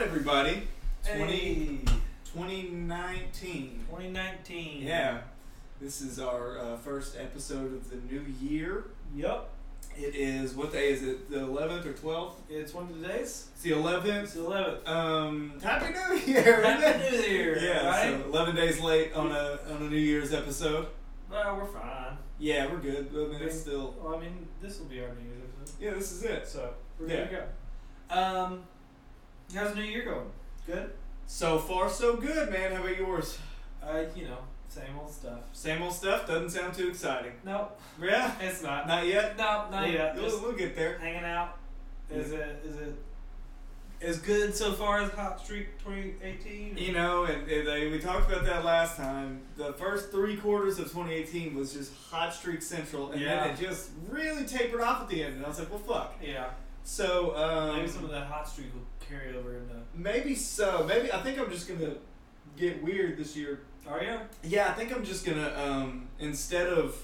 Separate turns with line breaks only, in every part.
everybody. 20,
Hey,
2019.
2019.
Yeah. This is our uh, first episode of the new year.
Yup.
It is, what day is it? The 11th or 12th?
It's one of the days.
It's the 11th.
It's the 11th.
Um, Happy New Year!
Happy New Year,
Yeah,
right?
so 11 days late on a, on a New Year's episode.
Well, we're fine.
Yeah, we're good. I mean, it's
Yeah.
still,
Well, I mean, this will be our New Year's episode.
yeah, this is it.
So, we're good to go. Um, how's the new year going? Good?
So far, so good, man. How about yours?
Uh, you know, same old stuff.
Same old stuff doesn't sound too exciting.
Nope,
Yeah,
it's not.
not yet.
No, not
we'll,
yet.
We'll,
Just
we'll get there.
hanging out. Is it, is it as good so far as Hot Streak 2018?
You know, and, and they, we talked about that last time. The first three quarters of 2018 was just hot streak central, and
Yeah.
then it just really tapered off at the end. And I was like, well, fuck.
Yeah.
So um,
Maybe some of that hot streak will carry over into.
maybe so. Maybe I think I'm just gonna get weird this year.
Are you?
Oh, Yeah, I think I'm just gonna um, instead of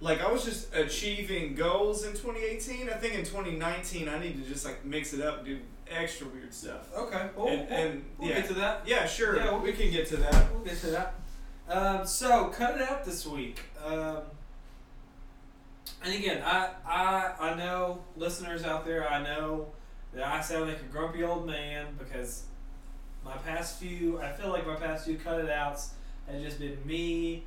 like I was just achieving goals in 2018. I think in 2019 I need to just like mix it up, and do extra weird stuff.
Okay. Well,
And-
we'll-
and-
we'll
yeah.
get to that.
Yeah, sure.
Oh. Yeah, well-
we can get to that.
We'll get to that. Um, so cut it out this week. Um, and again, I, I I know listeners out there. I know that I sound like a grumpy old man because my past few. I feel like my past few cut it outs have just been me.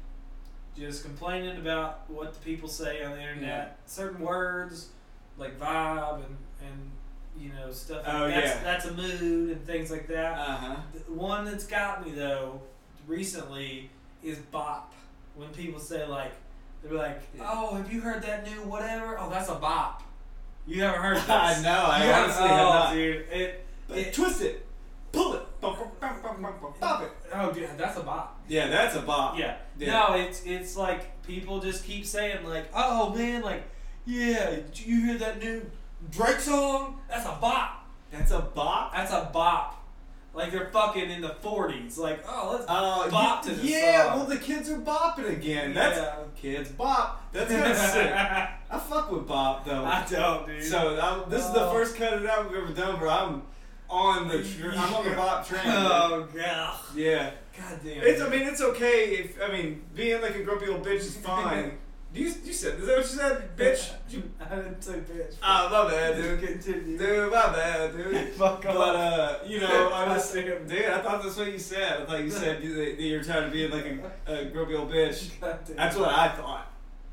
Just complaining about what the people say on the internet, certain words like vibe and, and you know stuff. Like
Oh,
that's,
yeah.
that's a mood and things like that.
Uh huh.
The one that's got me though recently is bop. When people say like, they're like,
Yeah.
"Oh, have you heard that new whatever? Oh, that's a bop." You haven't heard this.
I know. I
You haven't-
honestly
oh,
have not.
dude. It,
But
it,
twist it, pull it, bum, bum, bum, bum, bum, bum, pop it.
oh, dude, that's a bop.
Yeah, that's a bop.
Yeah.
Yeah.
No, it's it's like people just keep saying like, "Oh man, like, yeah, did you hear that new Drake song? That's a bop.
That's a bop.
That's a bop." Like they're fucking in the forties. Like, oh, let's
Uh,
Bop
y-
to the
yeah.
song.
Well, the kids are bopping again. That's
Yeah.
kids bop. That's kind of sick. I fuck with bop though.
I don't, dude.
so I, this is the
Oh.
first cut it out we've ever done where I'm on the tr- I'm on the bop train.
oh god,
Yeah.
god damn.
It's. I mean, it's okay if I mean being like a grumpy old bitch is fine. you you said is that what you said, bitch? You-
I didn't say bitch.
Ah, my bad, dude.
continue.
Dude, my bad, dude.
Fuck
But uh, you know, I was
Goddamn.
dude. I thought that's what you said. I thought you said you- that you were tired of being like a, a grumpy old bitch.
God damn.
That's what I thought.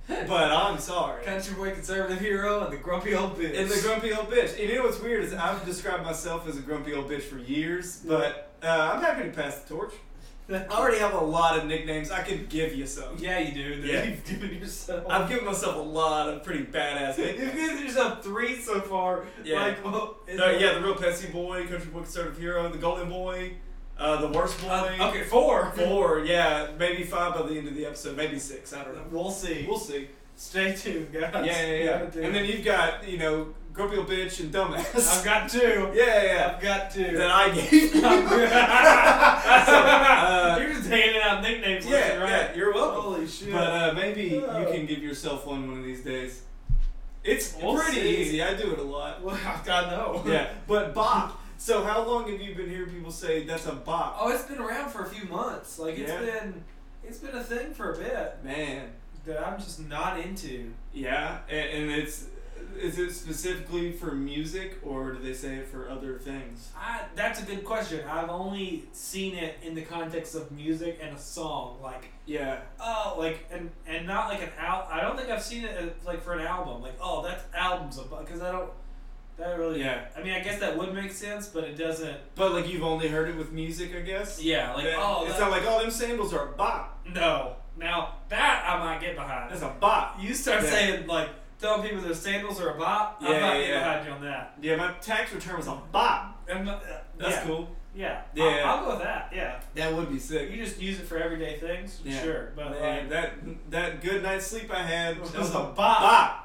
But I'm sorry.
Country boy, conservative hero, and the grumpy old bitch.
And the grumpy old bitch. And you know what's weird is I've described myself as a grumpy old bitch for years, but uh, I'm happy to pass the torch. I already have a lot of nicknames. I could give you some.
yeah, you do. dude.
Yeah.
You've given yourself.
I've given myself a lot of pretty badass
You've
nicknames.
given yourself three so far.
Yeah.
Like, well, it's-
No, yeah, the real Pepsi boy, country boy, conservative hero, the golden boy, uh, the worst boy.
Uh, okay, four.
Four, yeah, maybe five by the end of the episode, maybe six. I don't know.
We'll see.
We'll see.
Stay tuned, guys.
Yeah, yeah, yeah.
God damn.
And then you've got you know grumpy old bitch and
I've
dumbass.
got two.
yeah, yeah, yeah.
I've got two.
That I gave you. uh,
You're just handing out nicknames,
yeah,
left and right?
yeah. You're welcome.
Holy shit!
But uh, maybe you
Oh.
can give yourself one one of these days. It's
We'll
pretty
see.
easy. I do it a lot.
well, I know.
Yeah, but bop. So how long have you been hearing people say that's a bop?
Oh, it's been around for a few months. Like it's
Yeah.
been, it's been a thing for a bit
Man.
that I'm just not into.
Yeah, and, and it's is it specifically for music or do they say it for other things?
I, that's a good question. I've only seen it in the context of music and a song, like
Yeah.
oh, like and and not like an al. I don't think I've seen it as, like for an album. Like oh, that's albums because I don't. That really.
Yeah.
I mean, I guess that would make sense, but it doesn't.
But like you've only heard it with music, I guess.
Yeah, like
That-
oh,
it's
that-
not like oh them sandals are a bop.
no. Now that I might get behind.
That's a bop.
You start
Yeah.
saying like telling people their sandals are a bop. I'm
Yeah,
not
yeah,
getting
yeah.
behind you on that.
Yeah, my tax return was a bop.
I'm not, uh,
That's
yeah.
cool.
Yeah.
Yeah.
I'll, I'll go with that. Yeah.
That would be sick.
You just use it for everyday things.
Yeah.
Sure. But
Man,
like,
that that good night's sleep I had that was a
Bop.
bop. bop.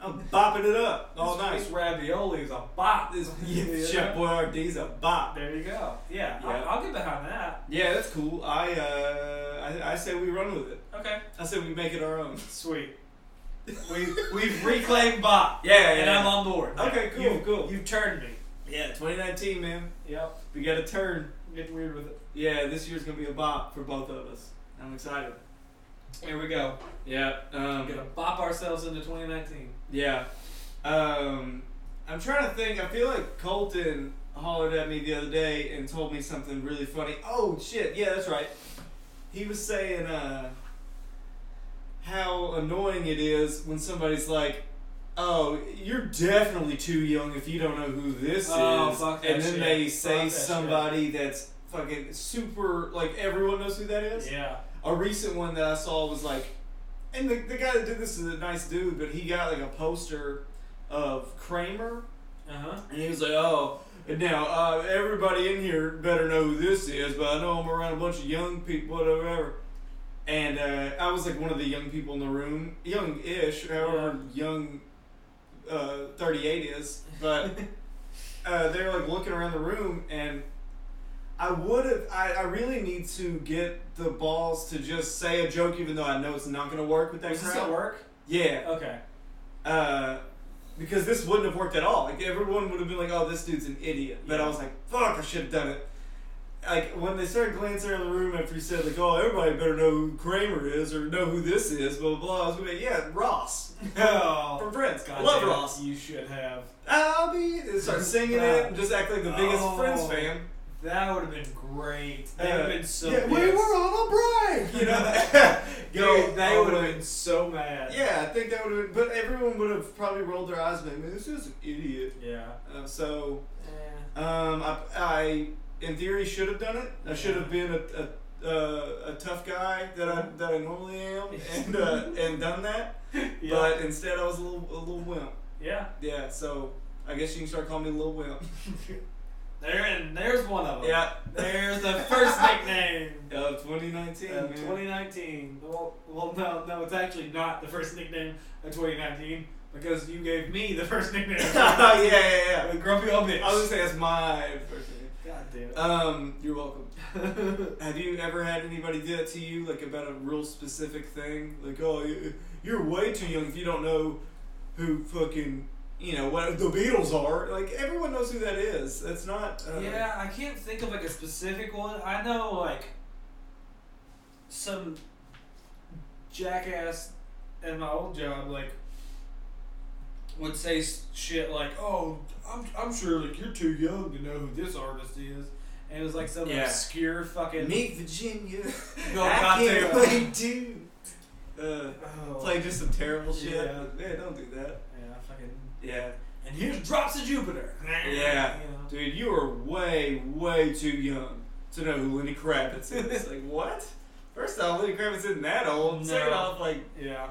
I'm bopping it up all
this,
night.
This ravioli is a bop.
This yeah, Chef Boyardee's a bop.
There you go. Yeah.
Yeah.
I'll, I'll get behind that.
Yeah, that's cool. I uh, I, I say we run with it.
Okay.
I say we make it our own.
Sweet. We we've reclaimed bop.
Yeah,
And I'm on board.
Okay, cool,
You've-
cool.
You've turned me.
Yeah, 2019, man.
Yep.
We got a turn.
Getting weird with it.
Yeah, this year's gonna be a bop for both of us. I'm excited.
Here we go.
Yeah.
We're
Um,
gonna bop ourselves into 2019.
Yeah. Um, I'm trying to think. I feel like Colton hollered at me the other day and told me something really funny. Oh, shit. Yeah, that's right. He was saying uh, how annoying it is when somebody's like, Oh, you're definitely too young if you don't know who this
Oh,
is.
fuck that
and then
shit.
they say
Fuck that shit.
somebody that's fucking super, like everyone knows who that is
Yeah.
a recent one that I saw was like, and the, the guy that did this is a nice dude, but he got like a poster of Kramer,
Uh huh.
and he was like, oh, and now uh, everybody in here better know who this is, but I know I'm around a bunch of young people, whatever. whatever. And uh, I was like one of the young people in the room, young-ish, however young uh, 38 is, but uh, they're like looking around the room and I would have I, I really need to get the balls to just say a joke even though I know it's not gonna work with that
Does this
crowd.
at work?
Yeah.
Okay.
Uh because this wouldn't have worked at all. Like everyone would have been like, "Oh, this dude's an idiot." But I was like, "Fuck, I should have done it." Like when they started glancing around the room after you said, "Like, oh, everybody better know who Kramer is or know who this is," blah blah. blah. I was gonna be, "Yeah, Ross
Oh.
from Friends.
God
Love
damn it.
Ross.
You should have.
I'll be." And start singing it and just act like the biggest
Oh.
Friends fan.
That would have been great. They would have been so.
Uh, yeah, we
pissed.
were on a break. You know,
Dude, they would have been so mad.
Yeah, I think that would have. But everyone would have probably rolled their eyes, and been like, "Man, this is an idiot."
Yeah.
Uh, so,
Eh.
um, I, I, in theory, should have done it. I should have been a, a, uh, a tough guy that I that I normally am, and uh, and done that.
Yeah.
But instead, I was a little a little wimp.
yeah.
Yeah, so. I guess you can start calling me Lil Wimp.
There and there's one of them.
Yeah.
There's the first nickname.
Of 2019,
Of
Uh, man.
2019. Uh, Well, well, no, no, it's actually not the first nickname of 2019 because you gave me the first nickname. Of
yeah,
2019.
yeah, yeah.
The grumpy old bitch.
I was gonna say that's my first name.
God damn it.
Um, you're welcome. Have you ever had anybody do that to you, like about a real specific thing? Like, oh, you- you're way too young if you don't know who fucking, you know, what the Beatles are. Like, everyone knows who that is. That's not. Uh,
yeah, I can't think of like a specific one. I know like some jackass at my old job like would say s- shit like, "Oh, I'm I'm sure like you're too young to know who this artist is," and it was like some
Yeah.
obscure fucking.
Meet Virginia.
No,
I
God
can't
damn.
wait to. Uh,
Oh,
play just some terrible shit.
Yeah.
Man, don't do that.
yeah, fucking.
Yeah.
And here's drops of Jupiter.
Yeah.
You know?
Dude, you are way, way too young to know who Lenny Kravitz is. like, what? First off, Lenny Kravitz isn't that old. Second
No.
off, like,
Yeah.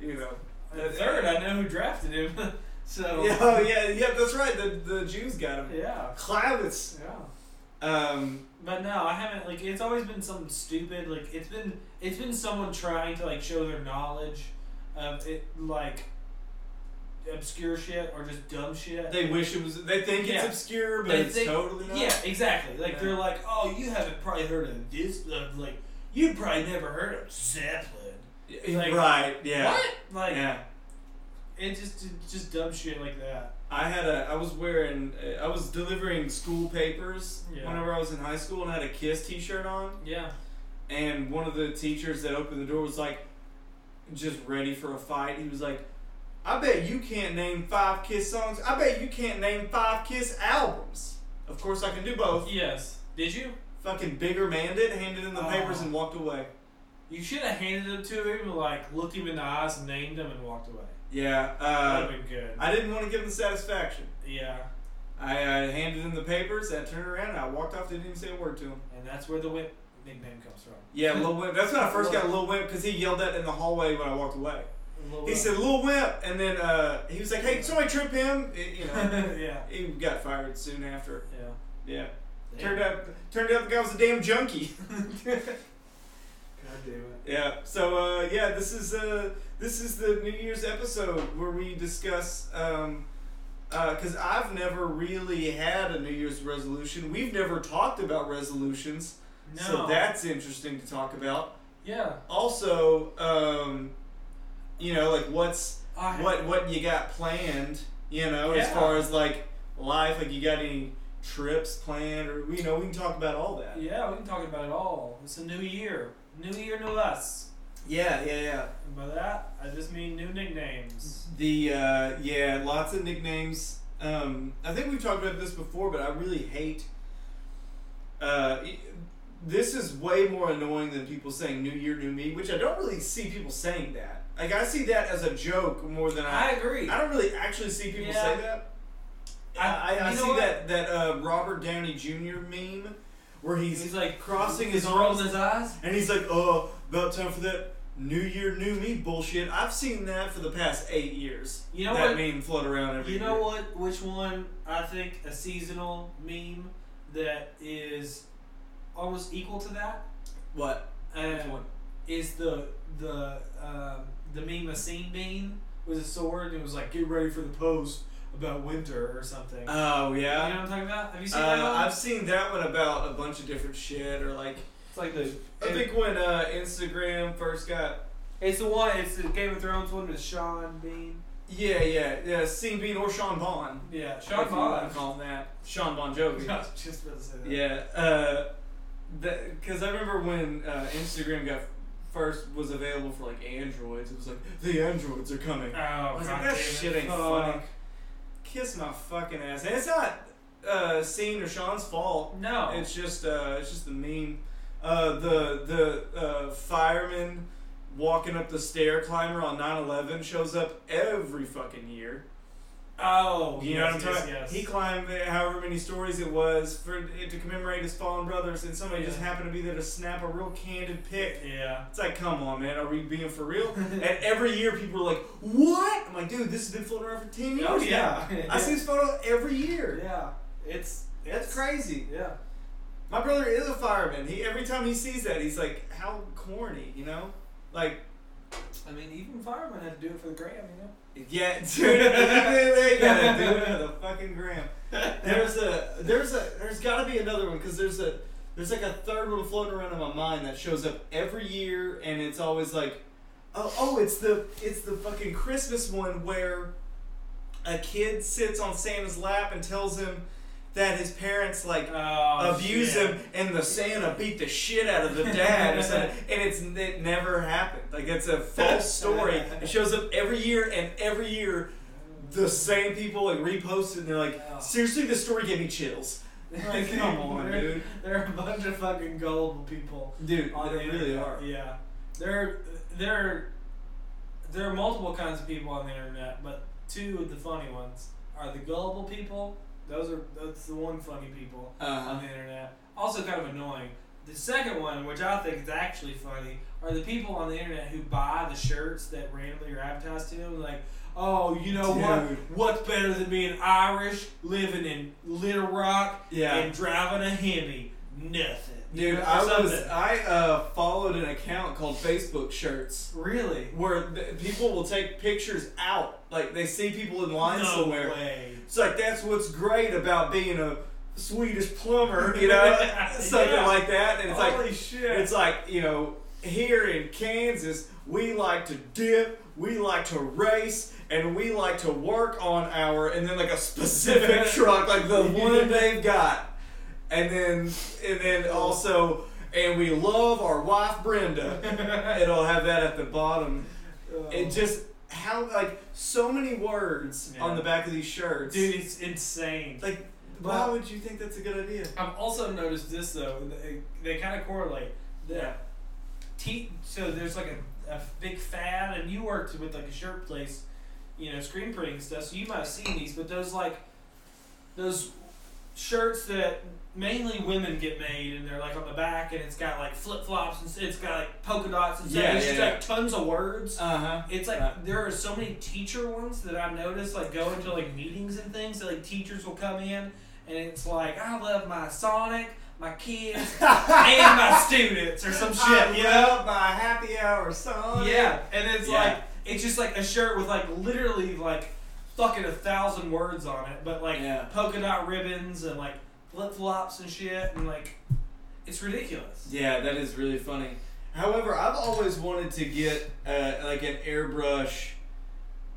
you know.
And third, I know who drafted him. so.
Yeah, oh, yeah, yeah, that's right. The, the Jews got him.
Yeah.
Kravitz.
Yeah.
Um,
But no, I haven't. Like, it's always been something stupid. Like, it's been it's been someone trying to like show their knowledge of it, like obscure shit or just dumb shit.
they wish it was. They think it's
Yeah.
obscure, but
They
it's
think-
totally not.
yeah, exactly. Like
Yeah.
they're like, oh, you haven't probably heard of this. uh, Like, you probably never heard of Zeppelin.
Yeah,
Like,
right. Yeah.
What? Like,
Yeah.
it just it's just dumb shit like that.
I had a. I was wearing. uh, I was delivering school papers
Yeah.
whenever I was in high school, and I had a Kiss T-shirt on.
Yeah.
and one of the teachers that opened the door was like just ready for a fight he was like i bet you can't name five kiss songs i bet you can't name five kiss albums of course i can do both
Yes. Did you?
fucking bigger manned it handed him the
Oh.
papers and walked away
You should have handed them to him, like looked him in the eyes, named him, and walked away.
yeah
That'd
uh,
have been good.
i didn't want to give him the satisfaction
yeah.
i uh, handed him the papers i turned around and i walked off didn't even say a word to him
And that's where the whip nickname comes from.
yeah lil wimp that's when i first got lil wimp because he yelled that in the hallway when i walked away
Lil
He
Wayne.
said, "Little Wimp," and then uh, he was like, "Hey, somebody trip him." It- you know,
yeah.
he got fired soon after.
Yeah.
Yeah, turned out turned out the guy was a damn junkie.
God damn it.
Yeah. So uh, yeah, this is uh, this is the New Year's episode where we discuss um, because I've never really had a New Year's resolution. We've never talked about resolutions,
No.
so that's interesting to talk about.
yeah.
Also, um, you know, like what's
I,
what what you got planned, you know, as
Yeah.
far as like life? Like, you got any trips planned, or you know, we can talk about all that.
Yeah, we can talk about it all. It's a new year. New year, new us.
Yeah, yeah, yeah.
And by that, I just mean new nicknames.
The uh, yeah, lots of nicknames. Um, I think we've talked about this before, but I really hate. Uh, it- this is way more annoying than people saying "New Year, New Me," which I don't really see people saying that. Like I see that as a joke more than I.
I agree.
Mm-hmm. I don't really actually see people
Yeah.
say that.
I-
I, I, I
you know
see
what?
that that uh, Robert Downey Jr. meme where he's,
He's like
crossing his
he's rolling
arms.
his eyes.
and he's like, "Oh, about time for that New Year, New Me bullshit." I've seen that for the past eight years.
You know
that
what?
meme float around every
You know
year.
what? Which one? I think a seasonal meme that is almost equal to that.
What?
Uh,
Which one?
is the the um, the meme of Scene Bean with a sword and it was like get ready for the post about winter or something.
Oh
You know
yeah.
what I'm talking about? Have you seen that
Uh,
one?
I've seen that one about a bunch of different shit, or like
it's like the
I think when uh, Instagram first got
it's the one it's the Game of Thrones one with Sean Bean.
yeah, yeah, yeah, Sean Bean or Sean Bond.
Yeah,
if
Sean
you wanna
Bond.
Call him that Sean Bon
I was
Jovi.
just about to say that.
Yeah, uh, because I remember when uh, Instagram got first was available for like Androids. It was like the Androids are coming. I
Oh,
was
God
like, that
damn it.
shit ain't funny.
Fuck.
Kiss my fucking ass. And it's not uh, Scene or Sean's fault.
No.
It's just uh, it's just the meme. Uh, the the uh, fireman walking up the stair climber on 9/11 shows up every fucking year.
oh,
You know what
yes,
I'm talking about?
yes, yes.
He climbed the- however many stories it was for it to commemorate his fallen brothers, and somebody just
Yeah.
happened to be there to snap a real candid pic.
Yeah.
It's like, come on, man, are we being for real? and every year people are like, what? I'm like, dude, this has been floating around for 10 years.
Oh, yeah.
now. I see this photo every year.
Yeah. It's
That's crazy.
yeah.
My brother is a fireman. He Every time he sees that, he's like, how corny, you know? Like,
I mean, even firemen had to do it for the gram, you know.
Yeah, dude, they gotta do it for the fucking gram. There's a, there's a, there's gotta be another one because there's a, there's like a third one floating around in my mind that shows up every year, and it's always like, oh, oh, it's the, it's the fucking Christmas one where a kid sits on Santa's lap and tells him that his parents like
Oh,
abuse
shit.
him, and the Santa beat the shit out of the dad, or something. and it's it never happened. Like it's a false story. It shows up every year, and every year, the same people like repost it, and they're like, seriously, this story gave me chills. Like, come on,
There-
dude.
There are a bunch of fucking gullible people.
Dude,
on the
they really
internet.
are.
Yeah, there, there, there are multiple kinds of people on the internet, but two of the funny ones are the gullible people. Those are that's the one funny people
Uh,
on the internet. Also, kind of annoying. The second one, which I think is actually funny, are the people on the internet who buy the shirts that randomly are advertised to them. Like, oh, you know what?
Dude.
What's better than being Irish, living in Little Rock,
Yeah.
and driving a Hemi? Nothing. You
dude,
know,
I was
something.
I uh, followed an account called Facebook Shirts.
really
Where th- people will take pictures out, like they see people in line
no
somewhere,
way.
It's like that's what's great about being a Swedish plumber, you know, something
Yeah.
like that. And it's
Holy
like
shit!
it's like you know, here in Kansas, we like to dip, we like to race, and we like to work on our and then like a specific truck, like the one they've got, and then and then also. And we love our wife Brenda. It'll have that at the bottom.
Oh.
It just how like so many words
Yeah.
on the back of these shirts.
dude, it's insane.
Like,
But-
why would you think that's a good idea?
I've also noticed this though; and they, they kind of correlate. The te- so there's like a, a big fad, and you worked with like a shirt place, you know, screen printing stuff. So you might have seen these, but those like those shirts that mainly women get made, and they're like on the back, and it's got like flip flops, and it's got like polka dots, and stuff.
Yeah,
it's
yeah,
just
yeah.
like tons of words.
Uh huh.
It's like
Uh,
there are so many teacher ones that I noticed like go into like meetings and things that like teachers will come in and it's like I love my Sonic, my kids, and my students or some shit, you know?
my happy hour song.
Yeah, and it's
Yeah.
like it's just like a shirt with like literally like fucking a thousand words on it, but like
Yeah.
polka dot ribbons and like flip flops and shit and like it's ridiculous.
Yeah, that is really funny. However, I've always wanted to get uh, like an airbrush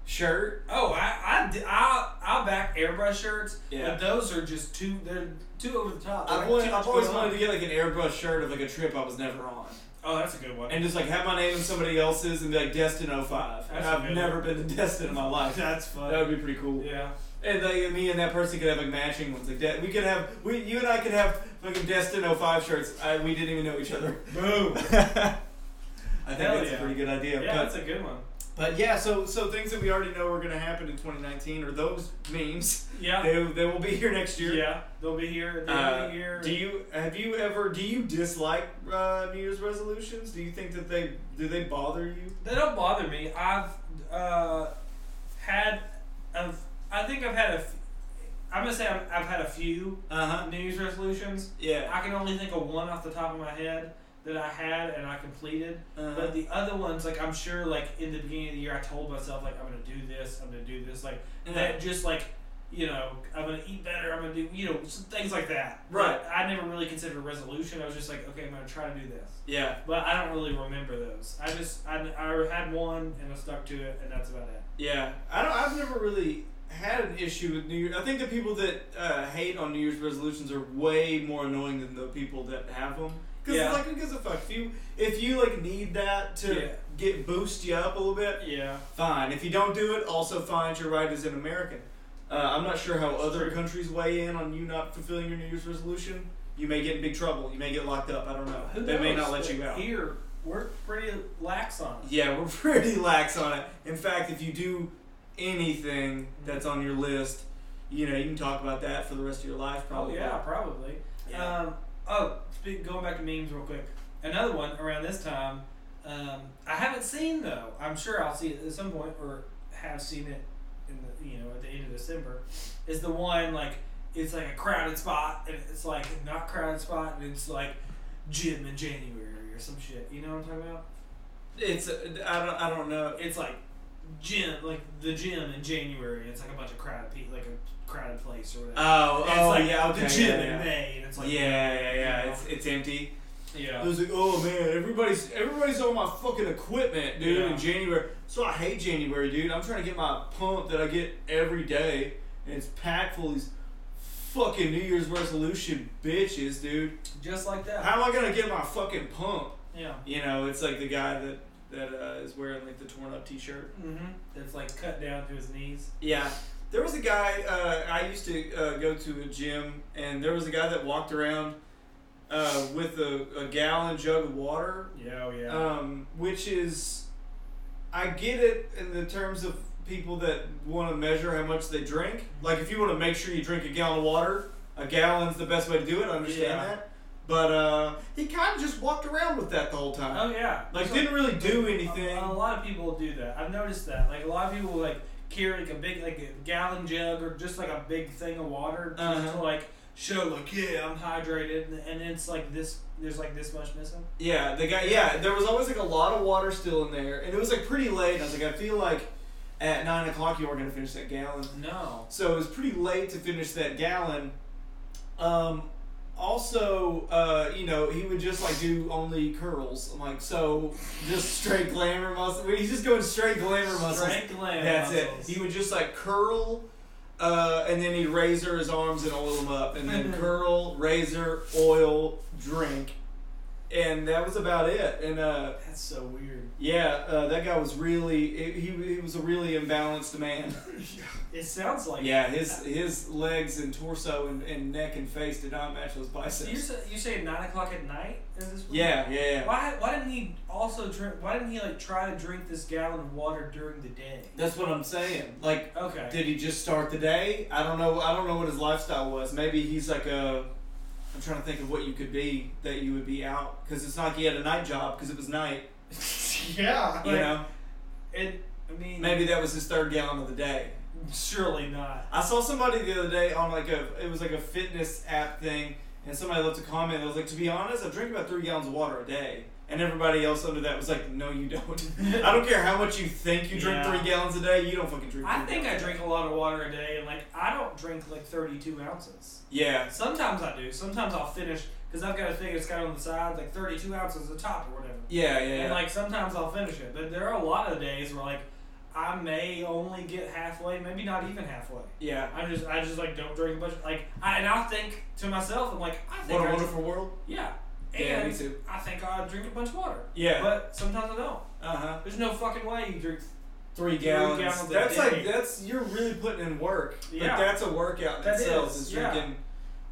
shirt.
Oh, I, I, di- I, I'll back airbrush shirts,
Yeah.
but those are just too they're too over the top. They're
I've,
like
always,
too much
I've always
going
wanted
on.
to get like an airbrush shirt of like a trip I was never on,
Oh, that's a good one.
and just like have my name in somebody else's and be like Destin 05. and
That's a
I've
good
never been to Destin in my life.
that's
That
fun.
would be pretty cool.
Yeah.
And like me and that person could have like matching ones like that. We could have we you and I could have fucking Destin 05 shirts. I, we didn't even know each other.
Boom.
I think
Hell
that's a
yeah.
pretty good idea.
Yeah,
but
that's a good one.
But yeah, so so things that we already know are going to happen in 2019 are those memes.
Yeah.
They, they will be here next year.
Yeah. They'll be here at the end of
Uh,
the year.
do you have you ever do you dislike uh, New Year's resolutions? Do you think that they do they bother you?
They don't bother me. I've uh, had, I've, I think I've had a, f- I'm gonna say I've, I've had a few
Uh huh.
New Year's resolutions.
Yeah.
I can only think of one off the top of my head that I had and I completed.
Uh-huh.
But the other ones, like I'm sure, like in the beginning of the year, I told myself like I'm gonna do this, I'm gonna do this, like that. Just like you know, I'm gonna eat better. I'm gonna do you know some things like that.
Right.
But I never really considered a resolution. I was just like, okay, I'm gonna try to do this.
Yeah.
But I don't really remember those. I just I, I had one and I stuck to it, and that's about it.
Yeah, I don't. I've never really had an issue with New Year. I think the people that uh, hate on New Year's resolutions are way more annoying than the people that have them. Because
Yeah.
like, who gives a fuck? If you if you like need that to
Yeah.
get boost you up a little bit,
Yeah,
fine. If you don't do it, also fine. It's Your right as an American. Uh, I'm not sure how other
True.
countries weigh in on you not fulfilling your New Year's resolution. You may get in big trouble. You may get locked up. I don't know.
Who
they may
knows?
not let you
But
out.
Here, we're pretty lax on it.
Yeah, we're pretty lax on it. In fact, if you do anything that's on your list, you know, you can talk about that for the rest of your life,
Oh
probably.
yeah, probably.
Yeah.
Um, oh, speak, going back to memes real quick. Another one around this time. Um, I haven't seen though. I'm sure I'll see it at some point, or have seen it in the you know at the end of December. Is the one like it's like a crowded spot, and it's like not crowded spot, and it's like gym in January or some shit. You know what I'm talking about?
It's uh, I don't I don't know.
It's like gym, like the gym in January. and It's like a bunch of crowded people, like a crowded place or whatever.
Oh,
And it's
oh
like
yeah, okay,
the gym
yeah,
in
yeah.
May, and it's like
yeah, yeah, yeah.
you know.
It's it's empty.
yeah.
It was like, oh man, everybody's everybody's on my fucking equipment, dude.
Yeah.
In January, so I hate January, dude. I'm trying to get my pump that I get every day, and it's packed full of these fucking New Year's resolution bitches, dude.
Just like that.
How am I gonna get my fucking pump?
yeah.
You know, it's like the guy that that uh, is wearing like the torn up T-shirt.
Mm-hmm. That's like cut down to his knees.
Yeah, there was a guy uh, I used to uh, go to a gym, and there was a guy that walked around uh, with a, a gallon jug of water,
Yeah, oh yeah.
um, which is I get it in the terms of people that want to measure how much they drink. Like if you want to make sure you drink a gallon of water, a gallon's the best way to do it. I understand
Yeah.
that. But uh, he kind of just walked around with that the whole time.
oh yeah.
Like
So,
didn't really do anything.
A, a lot of people do that. I've noticed that. Like a lot of people like carry like a big like a gallon jug or just like a big thing of water just
Uh-huh.
to like show like yeah I'm hydrated and, and it's like this there's like this much missing.
Yeah, the guy. Yeah, there was always like a lot of water still in there, and it was like pretty late. and I was like, I feel like at nine o'clock you weren't gonna finish that gallon,
No.
so it was pretty late to finish that gallon. Um, also, uh, you know, he would just like do only curls. I'm like, so just straight glamour muscle. He's just going straight glamour muscles.
Straight gland
That's
muscles.
it. He would just like curl, uh, and then he'd razor his arms and oil them up, and then curl, razor, oil, drink, and that was about it. And uh,
That's so weird.
yeah, uh, that guy was really he, he was a really imbalanced man.
It sounds like
yeah, his his legs and torso and, and neck and face did not match those
So you
biceps.
say, you say nine o'clock at night is this?
Yeah, yeah, yeah.
Why, why didn't he also drink? Why didn't he like try to drink this gallon of water during the day?
That's what I'm saying. Like,
Okay.
did he just start the day? I don't know. I don't know what his lifestyle was. Maybe he's like a. I'm trying to think of what you could be that you would be out because it's not like he had a night job because it was night.
yeah.
You know,
It. I mean.
maybe that was his third gallon of the day.
Surely not.
I saw somebody the other day on like a it was like a fitness app thing, and somebody left a comment. that was like, to be honest, I drink about three gallons of water a day, and everybody else under that was like, no, you don't. I don't care how much you think you drink
Yeah.
three gallons a day. You don't fucking drink.
I
three
think I
gallons.
drink a lot of water a day, and like I don't drink like thirty-two ounces.
Yeah,
Sometimes I do. Sometimes I'll finish because I've got a thing that's got on the side like thirty-two ounces at the top or whatever.
yeah, yeah. yeah.
And like sometimes I'll finish it, but there are a lot of days where like I may only get halfway, maybe not even halfway.
Yeah.
I just I just like don't drink a bunch. Like I and I think to myself, I'm like I think
What a
I just,
wonderful world.
yeah.
Yeah, me
And
too.
I think I drink a bunch of water.
Yeah.
But sometimes I don't.
uh huh.
There's no fucking way you drink.
Three gallons.
gallons a
that's
day.
like that's you're really putting in work.
Yeah.
Like that's a workout in
That
itself
is,
is
yeah.
drinking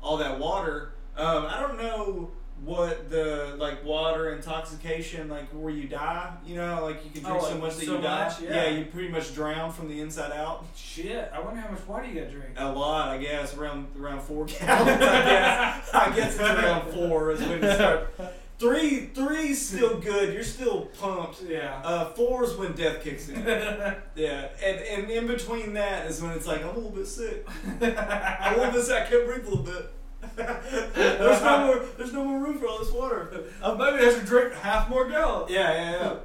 all that water. Um, I don't know what the like water intoxication like where you die. You know, like you can
Oh,
drink so
like,
much that
so
you die.
much, yeah.
you pretty much drown from the inside out.
Shit. I wonder how much water you gotta drink.
A lot, I guess. Around around four gallons. I guess. I guess it's around four is when you start. Three, three's still good. You're still pumped.
yeah.
Uh, four's when death kicks in. Yeah, and, and in between that is when it's like I'm a little bit sick. I'm a little bit sick. I can't breathe a little bit. there's no more. There's no more room for all this water.
Uh, maybe I should drink half more gallon.
Yeah, yeah,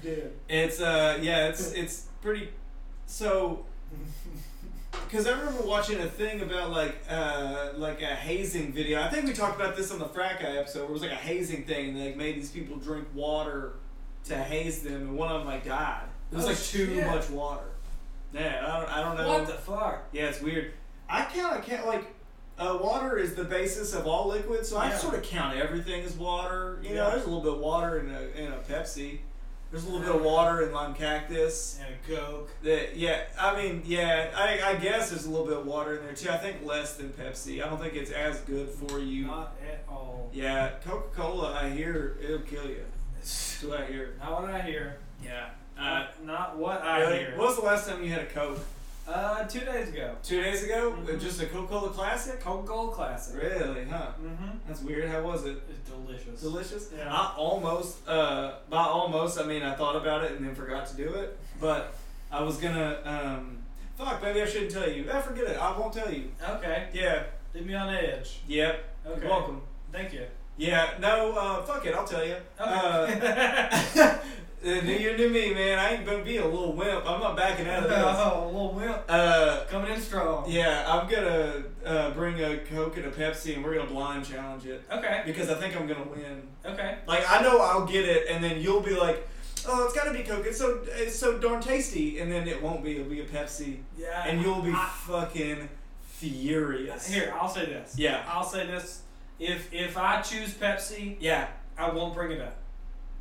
Dude.
yeah. It's uh, yeah, it's it's pretty. So, because I remember watching a thing about like uh, like a hazing video. I think we talked about this on the Frack Guy episode. Where it was like a hazing thing. And they like made these people drink water to haze them, and one of them like died. It was
Oh,
like too
shit.
much water. Yeah, I don't, I don't know.
What the fuck?
Yeah, it's weird. I count, I count like uh, water is the basis of all liquids, so I
Yeah.
sort of count everything as water. You know,
Yeah.
there's a little bit of water in a in a Pepsi. There's a little bit of water in lime cactus.
And a Coke.
That yeah, I mean yeah, I, I guess there's a little bit of water in there too. I think less than Pepsi. I don't think it's as good for you.
Not at all.
yeah, Coca Cola. I hear it'll kill you. That's what I hear.
Not what I hear.
Yeah. Uh,
Not- not what I
really?
hear.
When was the last time you had a Coke?
Uh, two days ago.
Two days ago?
Mhm.
Just a Coca Cola Classic?
Coke Gold Classic.
Really? Huh.
Mm-hmm.
That's weird. How was it?
It's delicious.
Delicious.
Yeah.
I almost, uh, by almost, I mean I thought about it and then forgot to do it. But I was gonna, um, fuck, maybe I shouldn't tell you. I forget it. I won't tell you.
okay.
Yeah.
Leave me on edge.
Yep. You're
Okay.
welcome.
Thank you.
Yeah. No. Uh, fuck it. I'll tell you. Uh,
Okay.
new year, new me, man. I ain't gonna be a little wimp. I'm not backing out of this.
oh, a little wimp.
Uh,
Coming in strong.
yeah. I'm gonna uh, bring a Coke and a Pepsi, and we're gonna blind challenge it
Okay.
because I think I'm gonna win.
Okay.
Like I know I'll get it, and then you'll be like, "Oh, it's gotta be Coke. It's so it's so darn tasty." And then it won't be. It'll be a Pepsi,
Yeah.
and you'll be
I-
fucking furious.
Here, I'll say this.
Yeah.
I'll say this. If if I choose Pepsi,
Yeah.
I won't bring it up.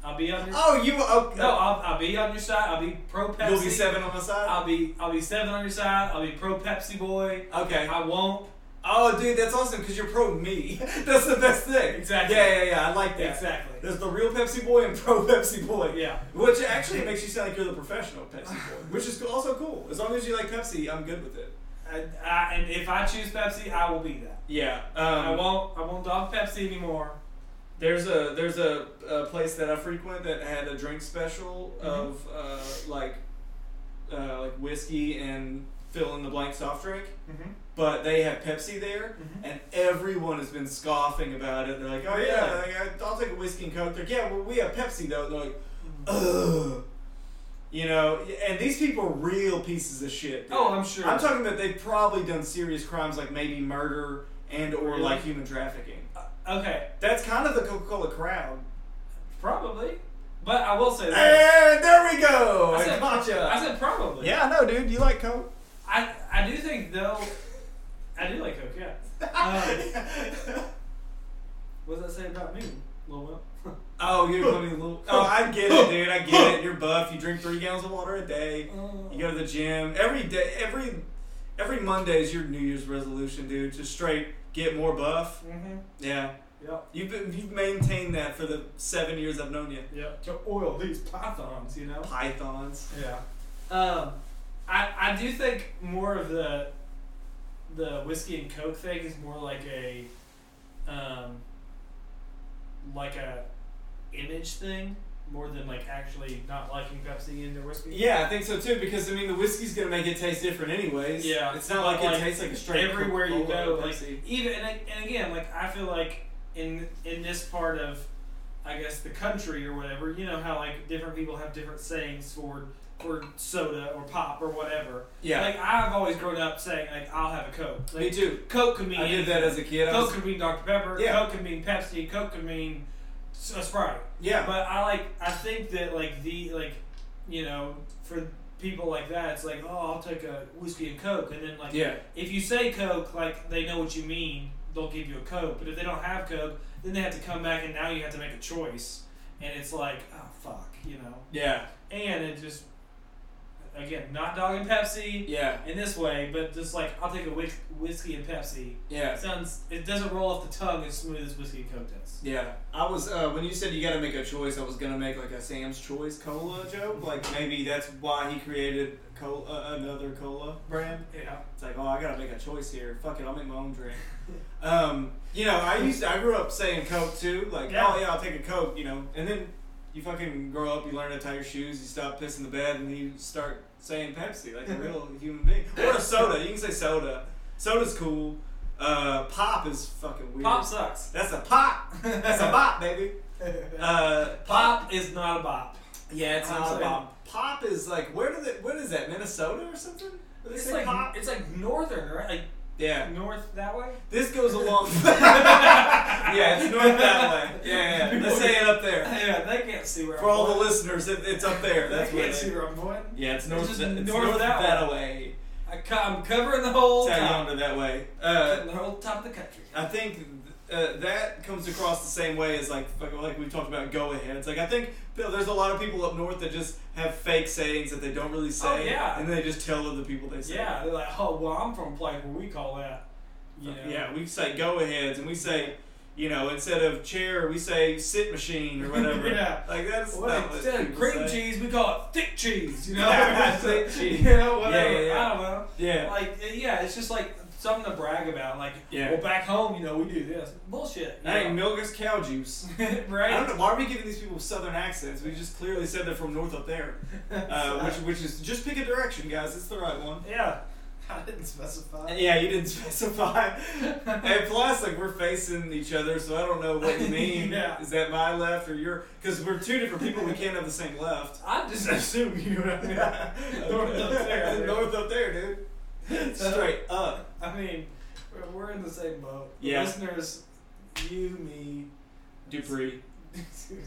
I'll be on your.
Oh, you. Oh,
No, I'll, I'll be on your side. I'll be pro Pepsi.
you'll be seven on my side.
I'll be I'll be seven on your side. I'll be pro Pepsi boy.
okay.
I won't.
Oh, dude, that's awesome because you're pro me. that's the best thing.
Exactly.
Yeah, yeah, yeah. I like that.
Exactly.
There's the real Pepsi boy and pro Pepsi boy.
Yeah.
Which actually makes you sound like you're the professional Pepsi boy, which is also cool. As long as you like Pepsi, I'm good with it.
I, I, and if I choose Pepsi, I will be that.
Yeah. Um,
I won't I won't dog Pepsi anymore.
There's a there's a, a place that I frequent that had a drink special
Mm-hmm.
of uh, like uh, like whiskey and fill in the blank soft drink,
Mm-hmm.
but they have Pepsi there,
Mhm.
and everyone has been scoffing about it. They're like, "Oh yeah, like, I- I'll take a whiskey and coke." They're like, "Yeah, well we have Pepsi though." They're like,
Mm-hmm.
"Ugh," you know. And these people are real pieces of shit. dude.
Oh, I'm sure.
I'm talking about they've probably done serious crimes like maybe murder and or
Really?
like human trafficking.
Uh, okay,
That's kind of the Coca Cola crowd.
probably. But I will say this.
And there we go.
I
I
said,
gotcha.
I said probably.
yeah, I know, dude. You like Coke?
I I do think though. I do like Coke. Yeah.
Uh,
Um, what does that say about me, Lil Will?
oh, you're gonna be a little. Oh, I get it, dude. I get it. You're buff. You drink three gallons of water a day. You go to the gym every day. Every every Monday is your New Year's resolution, dude. Just straight get more buff.
mm-hmm.
Yeah,
Yep.
you've been, you've maintained that for the seven years I've known you.
Yep. To oil these pythons, you know.
Pythons.
Yeah. Um, I I do think more of the the whiskey and coke thing is more like a um like a image thing more than like actually not liking Pepsi and their whiskey.
Yeah, I think so too. Because I mean, the whiskey's gonna make it taste different, anyways.
Yeah.
it's not like,
Like,
it tastes like a straight.
everywhere you
Coca-Cola
go,
or
like
Pepsi.
even and, and again, like I feel like in in this part of I guess the country or whatever, you know how like different people have different sayings for for soda or pop or whatever.
yeah.
Like I've always grown up saying like I'll have a Coke. Like,
Me too.
Coke could mean
I did that as a kid. I
Coke
was,
could mean Dr Pepper.
Yeah.
Coke could mean Pepsi. Coke could mean s- a Sprite.
yeah.
But I like I think that like the like you know for people like that, it's like, oh, I'll take a whiskey and coke, and then like
yeah,
if you say coke, like they know what you mean, they'll give you a coke. But if they don't have coke, then they have to come back, and now you have to make a choice, and it's like, oh fuck, you know.
yeah,
And it just, again, not dogging Pepsi
yeah,
in this way, but just like I'll take a whis- whiskey and Pepsi.
yeah,
It sounds, it doesn't roll off the tongue as smooth as whiskey and coke does.
yeah. I was uh, when you said you got to make a choice, I was gonna make like a Sam's Choice cola joke. Like maybe that's why he created cola, uh, another cola brand.
Yeah.
It's like, oh, I gotta make a choice here. Fuck it, I'll make my own drink. um, you know, I used to, I grew up saying Coke too. Like,
Yeah.
oh yeah, I'll take a Coke. You know, and then you fucking grow up, you learn to tie your shoes, you stop pissing the bed, and you start saying Pepsi like a real human being. Or a soda. You can say soda. Soda's cool. Uh, pop is fucking weird.
Pop sucks.
That's a pop. That's a bop, baby. Uh,
Pop is not a bop.
Yeah,
it's not a bop.
Pop is like where do they? What is that? Minnesota or something? Do they
It's
say
like
pop?
it's like northern, right?
Yeah.
Like north that way.
This goes along. yeah, it's north that way. Yeah, yeah. Let's say it up there
Yeah, they can't see where
for
I'm
all the
going.
listeners. It, it's up there. That's
they
where.
can't see
They,
where I'm going.
yeah, it's north.
north just
that, it's
north
north
that
that way.
I co- I'm covering the whole
Tag
top,
onto that way. Uh,
the whole top of the country.
I think uh, that comes across the same way as like like, like we talked about go ahead. It's like I think you know, there's a lot of people up north that just have fake sayings that they don't really say,
Oh, yeah.
and they just tell other people they say.
Yeah, they're like, oh, well, I'm from a place where we call that. You know,
Yeah, we say go aheads and we say, you know, instead of chair, we say sit machine or whatever.
Yeah.
Like that's
Well,
not what
instead of
people
cream
say.
cheese, we call it thick cheese. You know,
Yeah, thick cheese.
You know, whatever.
Yeah, yeah, yeah.
I don't know.
Yeah.
Like, yeah, it's just like something to brag about. Like,
Yeah.
well, back home, you know, we do this bullshit. you
I think
know.
milk is cow juice. I don't
right?
know. Why are we giving these people southern accents? We just clearly said they're from north up there, uh, which which is just pick a direction, guys. It's the right one.
yeah, I didn't specify.
And yeah, you didn't specify. and plus, like we're facing each other, so I don't know what you mean.
Yeah.
Is that my left or your? Because we're two different people. We can't have the same left.
I just assume you know. North up there.
north up there, dude. Straight up.
I mean, we're- we're in the same boat. The
Yeah.
Listeners, you, me.
Dupree.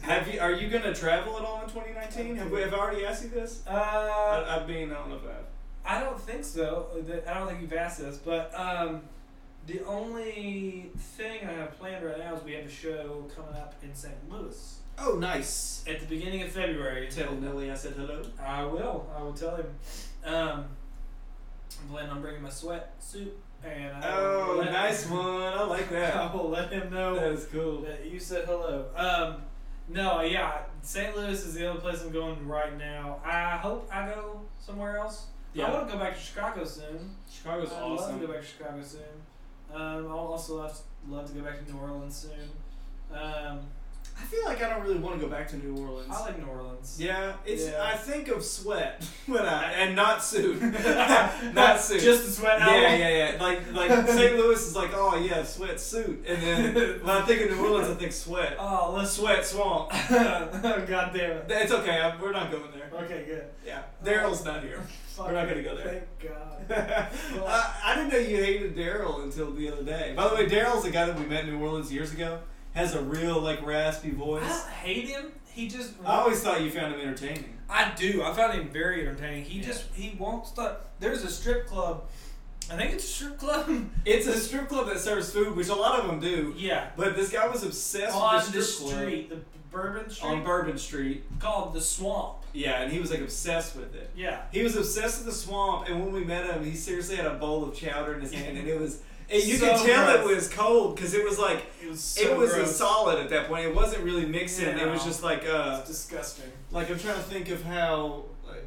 Have you? Are you gonna travel at all in 2019? Have we? Have I already asked you this?
uh,
I, I mean, I don't know if I. Have.
I don't think so. That- I don't think you've asked this, but um, the only thing I have planned right now is we have a show coming up in St. Louis
Oh, nice.
at the beginning of February.
Tell Nelly I said hello.
I will. I will tell him. Um, I'm planning on bringing my sweat suit, and I will
Oh,
let-
nice one. I like that.
I will let him know.
That is cool.
that you said hello. Um, no, yeah, St. Louis is the only place I'm going right now. I hope I go somewhere else. I want to go back to Chicago soon.
Chicago's
I'd love to go back to Chicago soon. Um, I'll also love, love to go back to New Orleans soon. Um,
I feel like I don't really want to go back to New Orleans.
I like New Orleans.
Yeah, it's.
Yeah.
I think of sweat when I and not suit, not suit.
Just the sweat album.
yeah, yeah, yeah. Like like St. Louis is like, oh yeah, sweat suit, and then when I think of New Orleans, I think sweat,
Oh, let's.
sweat swamp.
God damn it.
It's okay. I, we're not going there.
Okay, good.
Yeah, Daryl's not here. We're not gonna go there.
Thank God.
I, Uh, I didn't know you hated Daryl until the other day. By the way, Daryl's a guy that we met in New Orleans years ago. Has a real like raspy
I
voice.
don't hate him. He just.
I always thought you found him entertaining.
I do. I found him very entertaining. He
Yeah.
just he won't stop. There's a strip club. I think it's a strip club.
It's a strip club that serves food, which a lot of them do.
yeah.
But this guy was obsessed
on
with
the
strip club
street, the Bourbon Street,
on Bourbon Street.
called the Swamp.
Yeah, and he was like obsessed with it.
Yeah.
He was obsessed with the swamp, and when we met him, he seriously had a bowl of chowder in his hand, and it was. And you
So
could tell it
gross.
was cold because it was like
It was
it was a
gross.
solid at that point. It wasn't really mixing. It was
No.
just like uh,
It's disgusting.
like I'm trying to think of how. Like,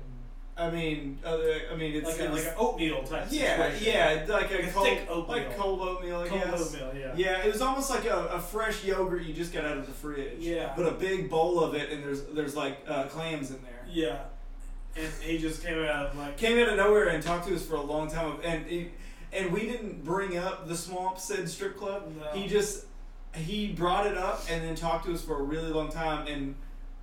I mean, other. I mean, it's
like a,
it's-
like an oatmeal type
yeah,
situation.
yeah, like a
Like a
cold,
thick oatmeal.
like cold oatmeal, I
Cold
guess.
oatmeal. Yeah.
Yeah, it was almost like a, a fresh yogurt you just got out of the fridge.
Yeah.
But a big bowl of it, and there's there's like uh, clams in there.
Yeah. And he just came out like.
Came out of nowhere and talked to us for a long time, and he, and we didn't bring up the swamp said strip club.
No.
He just he brought it up and then talked to us for a really long time, and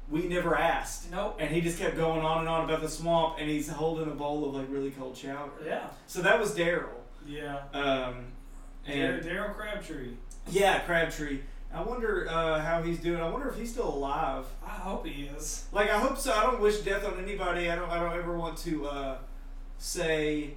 we never asked.
Nope.
And he just kept going on and on about the swamp, and he's holding a bowl of like really cold chowder.
Yeah.
So that was Daryl.
Yeah.
Um, and
Dar- Daryl Crabtree.
yeah, Crabtree. I wonder uh, how he's doing. I wonder if he's still alive.
I hope he is.
Like I hope so. I don't wish death on anybody. I don't. I don't ever want to uh, say,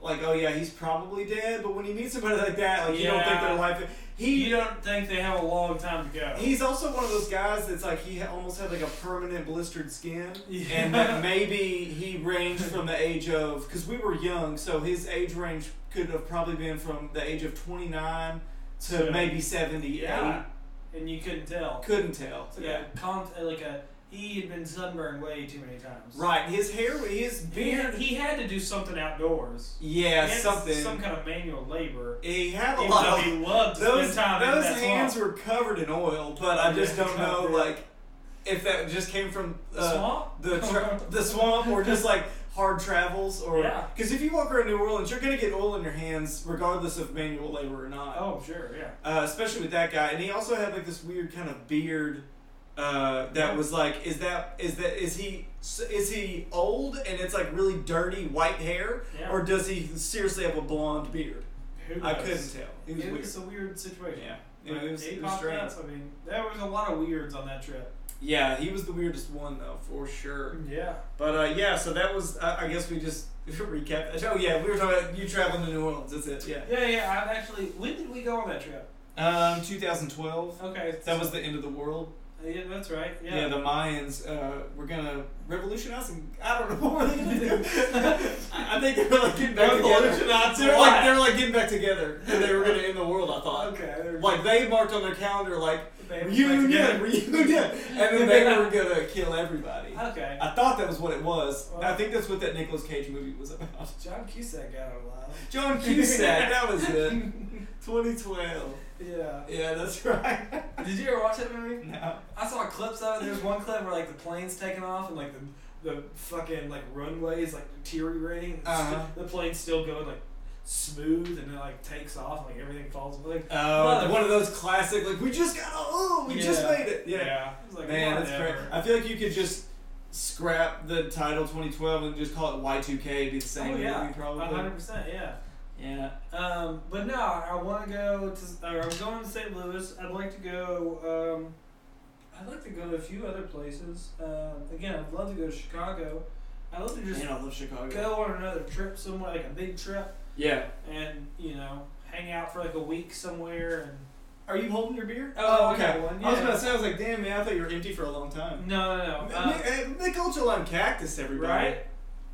like, oh yeah, he's probably dead. But when you meet somebody like that, like you don't think
Yeah.
their life. He
You don't think they have a long time to go.
He's also one of those guys that's like he ha- almost had like a permanent blistered skin,
Yeah.
and that maybe he ranged from the age of because we were young, so his age range could have probably been from the age of twenty nine to
Yeah.
maybe seventy eight.
yeah. And you couldn't tell.
Couldn't tell.
Yeah, con- uh, like a he had been sunburned way too many times.
Right. His hair, his
He had,
beard.
he had to do something outdoors.
yeah,
He had
something.
Some kind of manual labor.
he had a
Even
lot.
though
Of,
he loved to
those
spend time in
those
that
hands were
swamp.
covered in oil, but I just
Yeah,
don't know
covered.
like if that just came from
The
uh,
swamp.
the tra- the swamp or just like hard travels or
Yeah.
because if you walk around New Orleans, you're gonna get oil in your hands regardless of manual labor or not.
Oh sure, yeah.
Uh, especially with that guy, and he also had like this weird kind of beard. Uh, that was like, is that is that is he is he old and it's like really dirty white hair,
Yeah.
or does he seriously have a blonde beard?
Who
I
knows?
couldn't tell. He was
It
weird.
was a weird situation.
yeah,
But
it was,
he
it was
popped
strange.
up. I mean, there was a lot of weirds on that trip.
Yeah, he was the weirdest one though, for sure.
Yeah.
But uh, yeah, so that was. Uh, I guess we just recap. That. Oh yeah, we were talking about you traveling to New Orleans. That's it. Yeah.
Yeah, yeah. I've actually. When did we go on that trip?
Um, 2012.
Okay. Uh,
That was the end of the world.
Yeah, that's right.
Yeah, the Mayans uh, were gonna revolutionize, and I don't know what they're gonna do. I I think they were like getting back together.
Revolutionize
They were like
what?
they were like getting back together, and they were gonna end the world. I thought.
Okay. there we go.
Like they marked on their calendar like
They were
reunion,
together.
reunion, and then they were gonna kill everybody.
Okay.
I thought that was what it was.
Well-
I think that's what that Nicolas Cage movie was about.
John Cusack got a lot.
John Cusack, that was it. 2012.
yeah.
Yeah, that's right.
Did you ever watch that movie?
no.
I saw clips of it. There's one clip where like the plane's taking off and like the the fucking like runway is like deteriorating. and it's
Uh-huh.
sti- the plane's still going like smooth and it like takes off and like everything falls. Like,
Oh,
Mother-
one of those classic, like, we just got, oh, we just
Yeah.
made it. Yeah.
It was like,
Man, that's
whatever.
great. I feel like you could just scrap the title 2012 and just call it Y2K. It'd be the same
oh yeah,
movie, probably.
100%. Yeah.
Yeah.
Um, but no, I want to go to. Or I'm going to St. Louis. I'd like to go. Um, I'd like to go to a few other places. Um again, I'd love to go to Chicago. I'd love to just
Man, I love Chicago.
go on another trip somewhere, like a big trip,
Yeah.
and you know, hang out for like a week somewhere. And
Are you holding your beer?
Oh, I got one,
I was
yeah.
about to say, um, I was like, damn, man, I thought you were empty for a long time. eh,
no, no, no. Uh,
Hey, They call Lime Cactus, everybody.
right?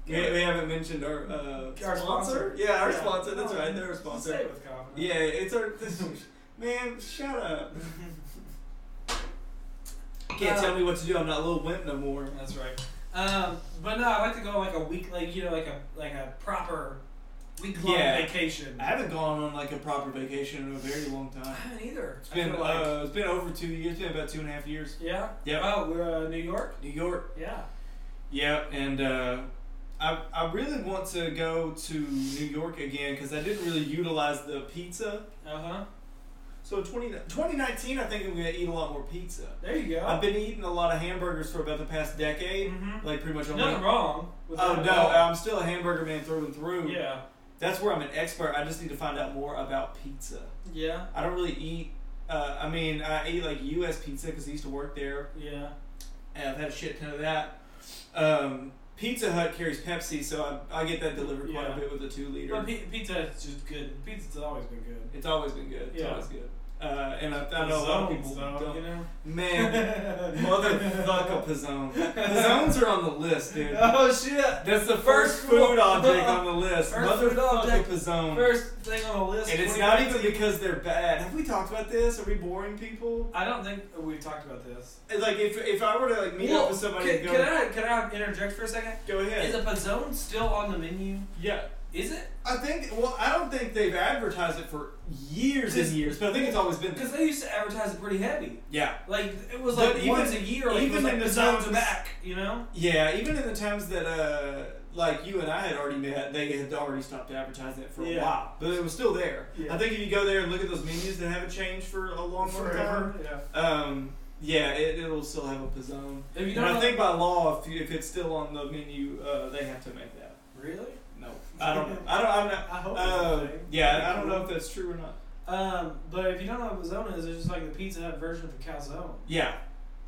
We, we haven't mentioned our, uh,
Um, Our sponsor?
Yeah, our
Yeah.
sponsor. That's
Oh,
right. They're our
Say
sponsor.
it with confidence.
Yeah, it's our. This, man, shut up. Can't
Uh,
tell me what to do. I'm not a little wimp no more.
That's right. Um, but no, I like to go on like a week, like you know, like a like a proper week long
Yeah.
vacation.
I haven't gone on like a proper vacation in a very long time.
I haven't either.
It's been
I feel like-
uh, it's been over two years. It's been about two and a half years.
yeah.
yeah.
Oh, we're uh, New York.
New York.
Yeah.
Yeah, and uh, I I really want to go to New York again because I didn't really utilize the pizza.
Uh huh.
So 20, 2019, I think I'm gonna eat a lot more pizza.
There you go.
I've been eating a lot of hamburgers for about the past decade.
Mhm.
Like pretty much only.
Nothing wrong. With
Oh
that
no,
at all.
I'm still a hamburger man through and through.
yeah.
That's where I'm an expert. I just need to find out more about pizza.
Yeah.
I don't really eat. Uh, I mean, I eat like U.S. pizza because I used to work there,
Yeah.
and I've had a shit ton of that. Um, pizza Hut carries Pepsi, so I, I get that delivered quite
Yeah.
a bit with a two liter.
But pi- pizza is just good. Pizza's always been good.
it's always been good. It's
Yeah.
always good. Uh, and I, I know a lot of people
Zones, though,
don't.
You know?
Man, motherfucker, Pizzone. Pizzones are on the list, dude.
Oh shit.
That's the first food object on the list.
First food
Motherfucker
object.
Pizzone.
First thing on the list.
And it's
20
not even because they're bad. Have we talked about this? Are we boring people?
I don't think we've talked about this.
It's Like if if I were to like meet
Well,
up with somebody
Can,
and go
can I can I interject for a second?
go
Is
ahead.
a pizzone still on the menu?
yeah.
Is it?
I think well I don't think they've advertised it for years and years, but I think it's always been there.
Because they used to advertise it pretty heavy.
Yeah.
Like it was
But
like
even-
once a year, like it
even
was like
in the
pizzones
zones-
back. You know?
Yeah, even in the times that uh like you and I had already met, they had already stopped advertising it for a
Yeah.
while. But it was still there.
Yeah.
I think if you go there and look at those menus that haven't changed for a long, long time.
Yeah.
Um, yeah, it, it'll still have a pizzone.
If you
And
don't
I
know-
think by law, if, you, if it's still on the menu, uh, they have to make that.
really.
No, I don't know. I don't. I'm not.
I hope.
Uh, yeah, I don't know if that's true or not.
Uh, Um, but if you don't know what Pizzona is, it's just like the Pizza Hut version of a calzone.
Yeah.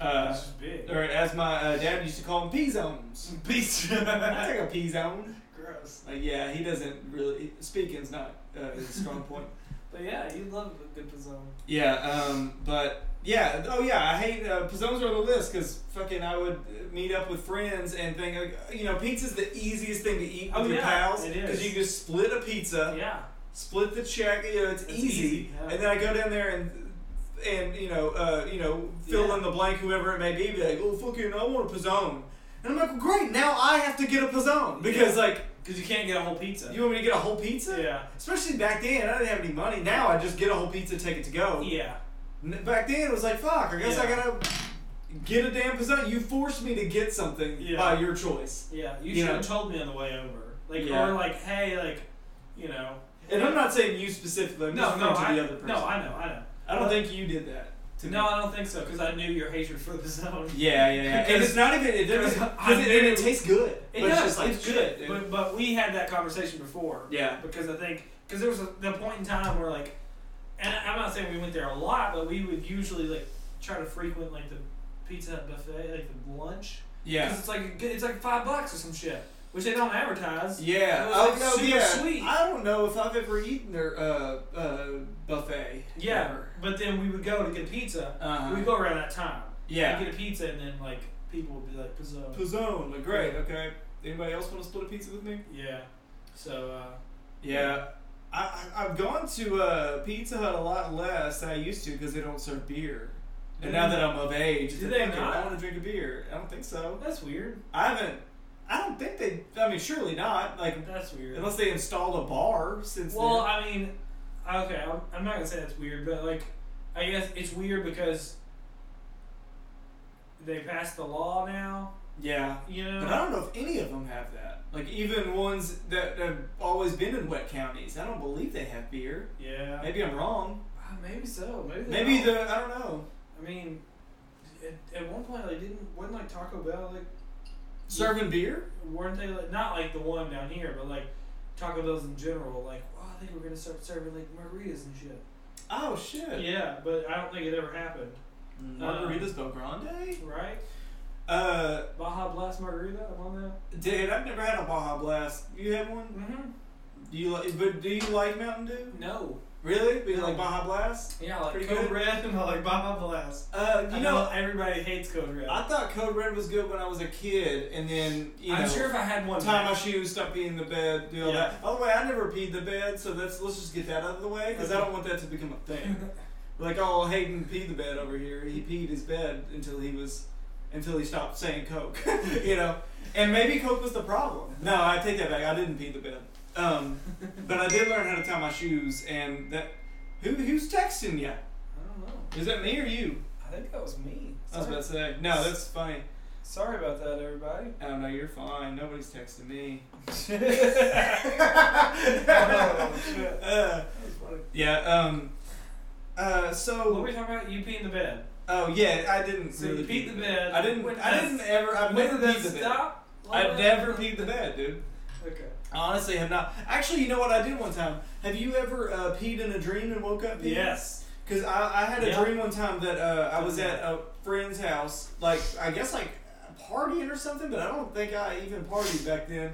Uh,
it's just big.
or as my uh, dad used to call them, pea zones. I
Pizza.
take a pea zone.
Gross.
Like, Uh, yeah, he doesn't really. Speaking's not uh, his strong point.
But yeah, you love a good pizzone.
Yeah, um, but yeah, oh yeah, I hate uh, pizzones are on the list because fucking I would uh, meet up with friends and think, like, you know, pizza's the easiest thing to eat with
Oh,
your
yeah,
pals
it is.
because you can just split a pizza,
Yeah.
split the check, you know, it's,
It's
easy,
easy, yeah.
and then I go down there and. And you know, uh, you know, fill
Yeah.
in the blank, whoever it may be, be like, oh fucking, I want a pizzone, and I'm like, well, great, now I have to get a pizzone because like,
Because you can't get a whole pizza.
you want me to get a whole pizza?
yeah.
Especially back then, I didn't have any money. Now I just get a whole pizza, take it to go.
Yeah.
N- Back then, it was like, fuck, I guess I
Yeah.
gotta get a damn pizzazz. You forced me to get something
Yeah.
by your choice.
Yeah. You
You
should
know.
have told me on the way over. Like,
Yeah.
or like, hey, like, you know.
And I'm not saying you specifically, I'm
No,
just
no,
referring to
I,
the other person.
no, I know, I know.
I don't think you did that to
No,
me.
I don't think so, because I knew your hatred for the zone.
Yeah, yeah, yeah. And
Because-
it's not even, it doesn't,
because
cause
I
it, and it
knew-
tastes good.
It
but
does.
it's just like,
it's
shit,
good,
dude.
but but we had that conversation before.
Yeah.
Because I think because there was a, the point in time where like, and I- I'm not saying we went there a lot, but we would usually like try to frequent like the Pizza Hut buffet, like the lunch. 'Cause
Yeah.
it's like a good, it's like five bucks or some shit, which they don't advertise.
Yeah.
It was,
Oh,
like,
no,
super
yeah.
sweet.
I don't know if I've ever eaten their uh, uh, buffet.
Yeah,
ever.
But then we would go to get pizza.
Uh-huh.
We go around that time.
Yeah.
We'd get a pizza and then like people would be like pizza.
Pizzone, like, great, okay. Anybody else want to split a pizza with me?
Yeah. So. uh...
Yeah. I, I, I've gone to uh, Pizza Hut a lot less than I used to because they don't serve beer. And now that I'm of age, it's
Do
like,
they
"Fuck it, I
not?
want to drink a beer. I don't think so.
That's weird.
I haven't. I don't think they. I mean, surely not. Like,
That's weird.
unless they installed a bar since.
Well,
then.
I mean, okay, I'm, I'm not gonna say that's weird, but like, I guess it's weird because they passed the law now.
yeah.
You know,
But I don't know if any of them have that. Like, even ones that have always been in wet counties, I don't believe they have beer.
yeah, maybe,
Maybe I'm wrong.
maybe so. Maybe they
Maybe
don't.
the. I don't know.
I mean, at, at one point, like, didn't wasn't like Taco Bell like
Serving beer?
weren't they like not like the one down here, but like Taco Bell's in general, like, oh, I think we're gonna start serving like margaritas and shit.
Oh, shit.
Yeah, but I don't think it ever happened,
Margaritas Bel Grande?
right?
Uh.
Baja Blast margarita, I'm on that.
Dude, I've never had a Baja Blast. You have one?
Mm-hmm.
Do you like? But do you like Mountain Dew?
No.
Really? Do you like Baja Blast?
Yeah, like
Pretty
Code
good.
Red and I like Baja Blast.
Uh,
You
you
know,
know,
everybody hates Code Red.
I thought Code Red was good when I was a kid, and then you know,
I'm sure if I had one,
tie my shoes, stop peeing the bed, do all
Yeah.
that. By the way, I never peed the bed, so that's let's just get that out of the way because I don't want that to become a thing. like, oh, Hayden peed the bed over here. He peed his bed until he was, until he stopped saying Coke. you know, and maybe Coke was the problem. No, I take that back. I didn't pee the bed. Um, but I did learn how to tie my shoes, and that. Who, who's texting you?
I don't know.
Is that me or you?
I think that was me.
I was
Sorry,
about to say. No, that's funny.
Sorry about that, everybody.
Oh no, you're fine. Nobody's texting me.
Oh, shit.
Uh, yeah. Um. Uh.
What were
So.
we talking about? You pee in the bed.
Oh yeah. I didn't.
So
really
you peed the bed.
I didn't.
When
I
does-
didn't ever. I've never
When did
peed
that
the bed.
stop?
I've never peed the bed, dude.
Okay.
I honestly have not. Actually, you know what I did one time? Have you ever uh, peed in a dream and woke up? Peeing?
Yes.
Because I, I had a
Yeah.
dream one time that uh, I was
Done
at a friend's house, like I guess like partying or something, but I don't think I even partied back then.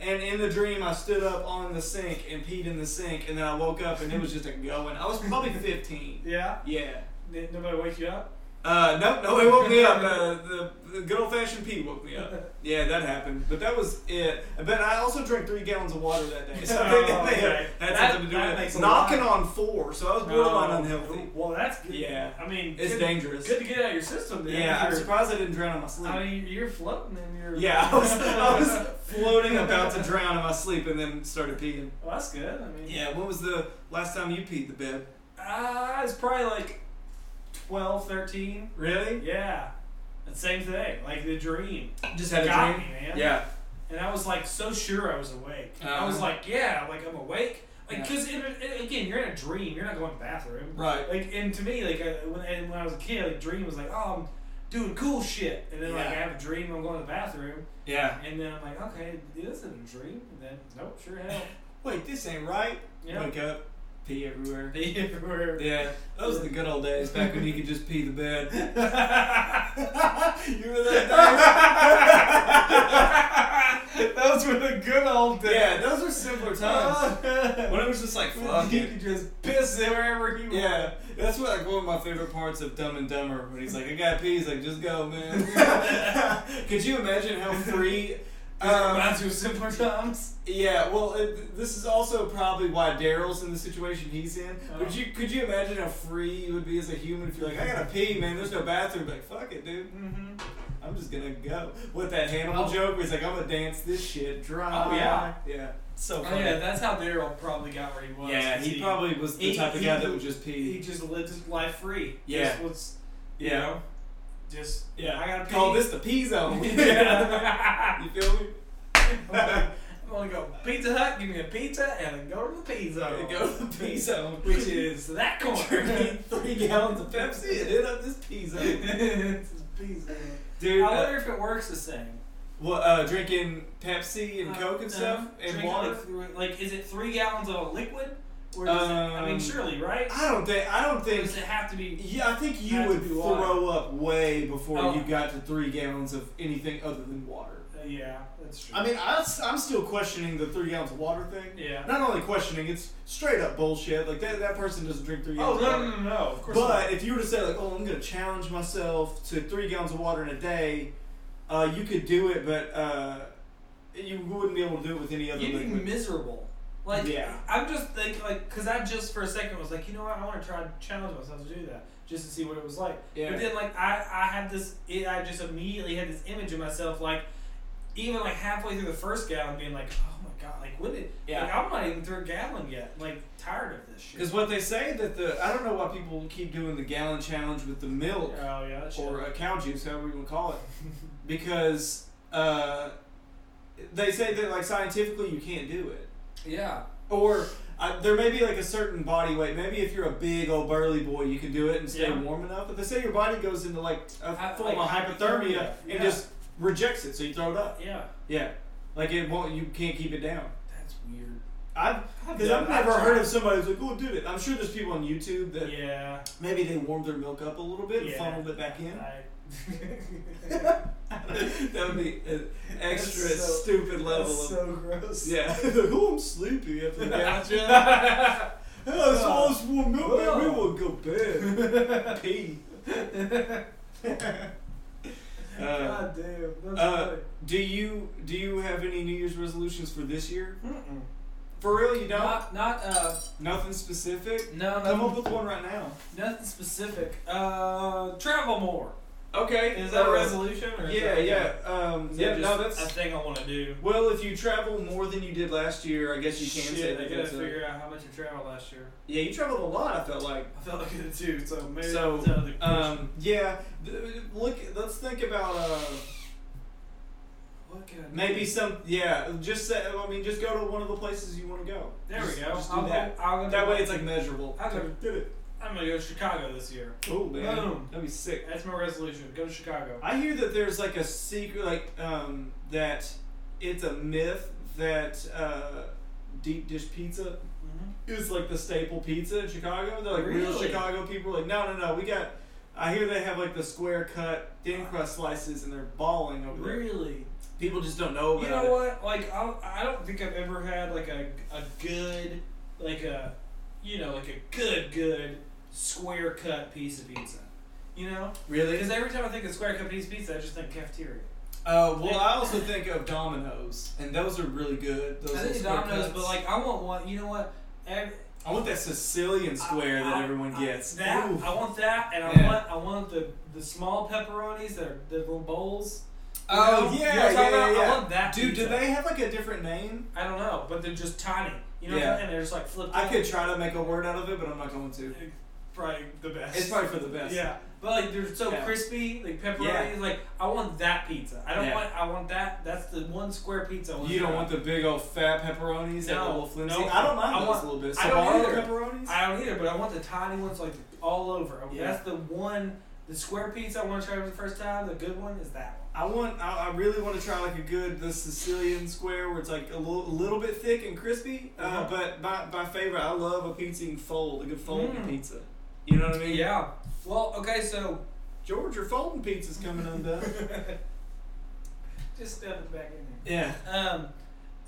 And in the dream, I stood up on the sink and peed in the sink, and then I woke up and it was just a going. I was probably 15.
Yeah.
Yeah.
Did nobody wake you up?
Uh, no, no, it woke me up. Uh, the, the good old fashioned pee woke me up. Yeah, that happened. But that was it. But I also drank three gallons of water that day. So I think that may have
Oh, Okay.
had
That-
something to do
that
with it.
makes a
Knocking
lot.
on four, so I was borderline
Oh,
unhealthy.
Well, that's good.
Yeah.
I mean,
It's
good,
dangerous.
good to get out of your system. Then.
Yeah, I'm
You're-
surprised I didn't drown in my sleep.
I mean, you're floating and you're.
yeah, I was, I was floating about to drown in my sleep and then started peeing.
Well, that's good. I mean,
Yeah, when was the last time you peed the bed?
Uh, it's probably like 12, 13.
Really?
Yeah. And same thing, like the dream.
Just had
Got
a dream?
me, man.
Yeah.
And I was like so sure I was awake. I
Uh-huh.
was like, yeah, like I'm awake. Like,
Yeah.
because again, you're in a dream, you're not going to the bathroom.
Right.
Like, and to me, like, I, when, and when I was a kid, like, dream was like, oh, I'm doing cool shit. And then, like,
Yeah.
I have a dream, I'm going to the bathroom.
Yeah.
And then I'm like, okay, this isn't a dream. And then, nope, sure hell.
Wait, this ain't right.
Yeah.
Wake up. pee everywhere.
Pee everywhere.
Yeah, those are the good old days back when you could just pee the bed.
you were
that
Those were the good old days. Uh,
Yeah, those were simpler times. When it was just like fuck
you
it.
could just piss wherever you
Yeah, that's what like one of my favorite parts of Dumb and Dumber when he's like, "I got pee," he's like, "Just go, man." Could you imagine how free?
Um,
Um,
you of simpler times.
yeah, well, it, this is also probably why Daryl's in the situation he's in. Would you could you imagine how free you would be as a human if you're like, "I gotta pee, man. There's no bathroom." Like, fuck it, dude.
Mm-hmm.
I'm just gonna go with that Hannibal
Oh.
joke. Where he's like, "I'm gonna dance this shit dry."
Oh, yeah.
yeah. So
Oh
funny.
yeah, that's how Daryl probably got where he was.
Yeah,
'cause
he probably was the
he-
type of
he
guy that
do-
would just
he
pee.
just lived his life free.
Yeah.
just was, you
Yeah.
know, just
Yeah.
I gotta pee.
Call this the pee zone.
Yeah.
You feel me?
I'm gonna go Pizza Hut, give me a pizza, and then go to the pizza.
Gotta Go to the pee zone.
which is that corner.
drinking three gallons of Pepsi and hit up this pee zone.
It's pizza. I
Dude, uh,
wonder if it works the same.
what, uh, drinking Pepsi and
Uh,
Coke and
no.
stuff and
Drink
water?
Like, through it- like, is it three gallons of a liquid? Or does it, I mean,
Um,
surely, right?
I don't think. I don't
Or
think.
does it have to be?
Yeah, I think you
Has to
would
be
throw
water.
up way before
Oh.
you got to three gallons of anything other than water.
Uh, yeah, that's true.
I mean, I, am still questioning the three gallons of water thing.
Yeah.
Not only questioning, it's straight up bullshit. Like that, that person doesn't drink three
oh
gallons.
no,
of
no,
water.
no, no, of course.
But if you were to say like, "Oh, I'm going to challenge myself to three gallons of water in a day," uh, you could do it, but uh, you wouldn't be able to do it with any
not.
other
you'd be
liquid.
miserable. Like,
Yeah.
I'm just thinking, like, because I just for a second was like, you know what, I want to try to challenge myself to do that just to see what it was like. But then, like, I, I had this, it, I just immediately had this image of myself, like, even like halfway through the first gallon, being like, oh my god, like, when did,
Yeah.
like, I'm not even through a gallon yet. Like, tired of this shit.
Because what they say that the I don't know why people keep doing the gallon challenge with the milk
Oh yeah, that shit.
or a cow juice, however you want to
uh,
call it, because uh, they say that like scientifically you can't do it.
yeah.
Or I, there may be like a certain body weight. Maybe if you're a big old burly boy, you can do it and stay
Yeah.
warm enough. But they say your body goes into like a
Hy-
form
like
of hypothermia
hypothermia.
and
Yeah.
just rejects it, so you throw it up.
Yeah.
Yeah, like it won't. You can't keep it down.
That's weird.
I've because I've never heard of somebody who's like, "Oh, did it." I'm sure there's people on YouTube that
Yeah.
maybe they warmed their milk up a little bit, and
Yeah.
funneled it back in.
I,
that would be an extra
That's so-
stupid level
That's
of
so gross.
yeah. oh, I'm sleepy after the gallon challenge. Hey, I saw this one milk, man. We will go bed. Pee. Uh,
God damn. That's
uh,
funny.
do you do you have any New Year's resolutions for this year? For real, you don't?
Not, not, uh,
Nothing specific.
no,
Come
no,
up with one right now.
nothing specific. Uh, travel more.
Okay, uh,
Is that a resolution? Or is
Yeah,
that-
yeah. Um,
Is that
yeah. No,
just a
that's
thing I want to do.
well. If you travel more than you did last year, I guess you can say
Shit,
that.
I gotta
that's a-
figure out how much I traveled last year.
yeah, you traveled a lot. I felt like.
I felt like it too, so maybe
So,
that's another question.
Um, yeah. th- Look. Let's think about. Uh,
what can I do?
Maybe some, yeah. Just say, I mean, just go to one of the places you want to go.
There we
Just-
go.
Just do
I'll,
that.
Go, I'll go
That way, it's like measurable.
I never
did it.
I'm gonna go to Chicago this year.
Oh man,
Boom.
that'd be sick.
That's my resolution. Go to Chicago.
I hear that there's like a secret, like um, that it's a myth that uh, deep dish pizza
Mm-hmm.
is like the staple pizza in Chicago. They're like real
Really?
Chicago people. are Like, no, no, no, we got. I hear they have like the square cut thin crust slices, and they're balling over there.
Really?
People just don't know about
You
it.
know what? Like I, I don't think I've ever had like a a good like a you know like a good good square cut piece of pizza. You know,
Really?
because every time I think of square cut piece of pizza, I just think cafeteria.
Uh, well, I also think of Domino's, and those are really good. Those
I think of
little square
Domino's,
cuts.
but like I want one. You know what? Every,
I want that Sicilian square that
I-
everyone
I-
gets.
that
Ooh.
I want that, and I
Yeah.
want I want the the small pepperonis that are the little bowls. You know?
oh
You
yeah,
know what I'm
yeah,
talking about?
yeah,
I want that.
Dude,
pizza.
do they have like a different name?
I don't know, but they're just tiny. You know,
Yeah.
and they're just like flipped.
I
up.
could try to make a word out of it, but I'm not going to.
probably the best.
It's probably for the best.
Yeah, but like they're so
Yeah.
crispy, like pepperoni.
Yeah.
Like I want that pizza. I don't
Yeah.
want. I want that. That's the one square pizza. I want
You
to
don't
try.
want the big old fat pepperonis, that
No,
little flimsy.
no.
I don't mind
I
those
want-
a little bit.
I don't
Sabarro
either.
pepperonis.
I don't either, but I want the tiny ones like all over.
Yeah.
That's the one The square pizza I want to try for the first time, the good one, is that one.
I want. I, I really want to try like a good the Sicilian square where it's like a little, little bit thick and crispy. Uh,
Uh-huh.
But my, my favorite, I love a pizza you can fold, a good folding
Mm.
pizza. You know what I mean?
Yeah. Well, okay, so
George, your folding pizza's coming undone.
just stuff it back in there.
yeah.
Um,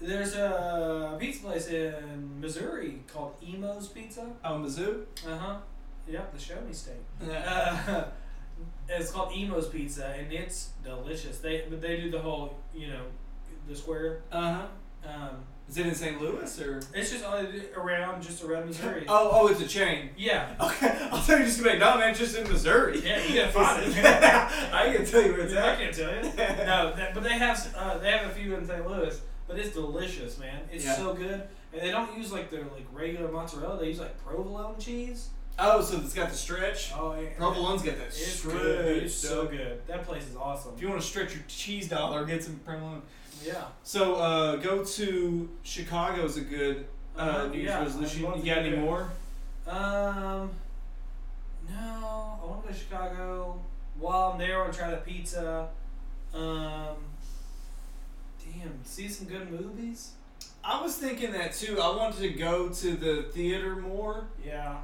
there's a pizza place in Missouri called Emo's Pizza.
Oh, Mizzou.
Uh huh. Yep, the Show Me State.
Yeah.
Uh, it's called Emo's Pizza, and it's delicious. They but they do the whole you know the square.
Uh huh.
Um,
Is it in St. Louis or?
it's just all around just around Missouri.
Oh, oh, it's a chain.
Yeah,
Okay, I'll tell you just a minute. No, man, it's just in Missouri.
Yeah, you can find it.
I can tell you where it's
I
at.
can't tell you. No, that, but they have uh, they have a few in St. Louis, but it's delicious, man. It's
Yeah.
so good, and they don't use like their like regular mozzarella. They use like provolone cheese.
Oh, so it's got the stretch.
Oh, and-
Provolone's got that
It's
stretch.
good. dude. It's so
dog.
good. That place is awesome.
If you want to stretch your cheese dollar, get some provolone.
Yeah.
So uh, go to Chicago's a good uh,
Uh-huh,
New Year's
yeah,
resolution.
I'd love
You
to
got
do
any
that.
more?
Um. No, I want to go to Chicago. While I'm there, I want to try the pizza. Um. Damn, see some good movies.
I was thinking that too. I wanted to go to the theater more,
Yeah.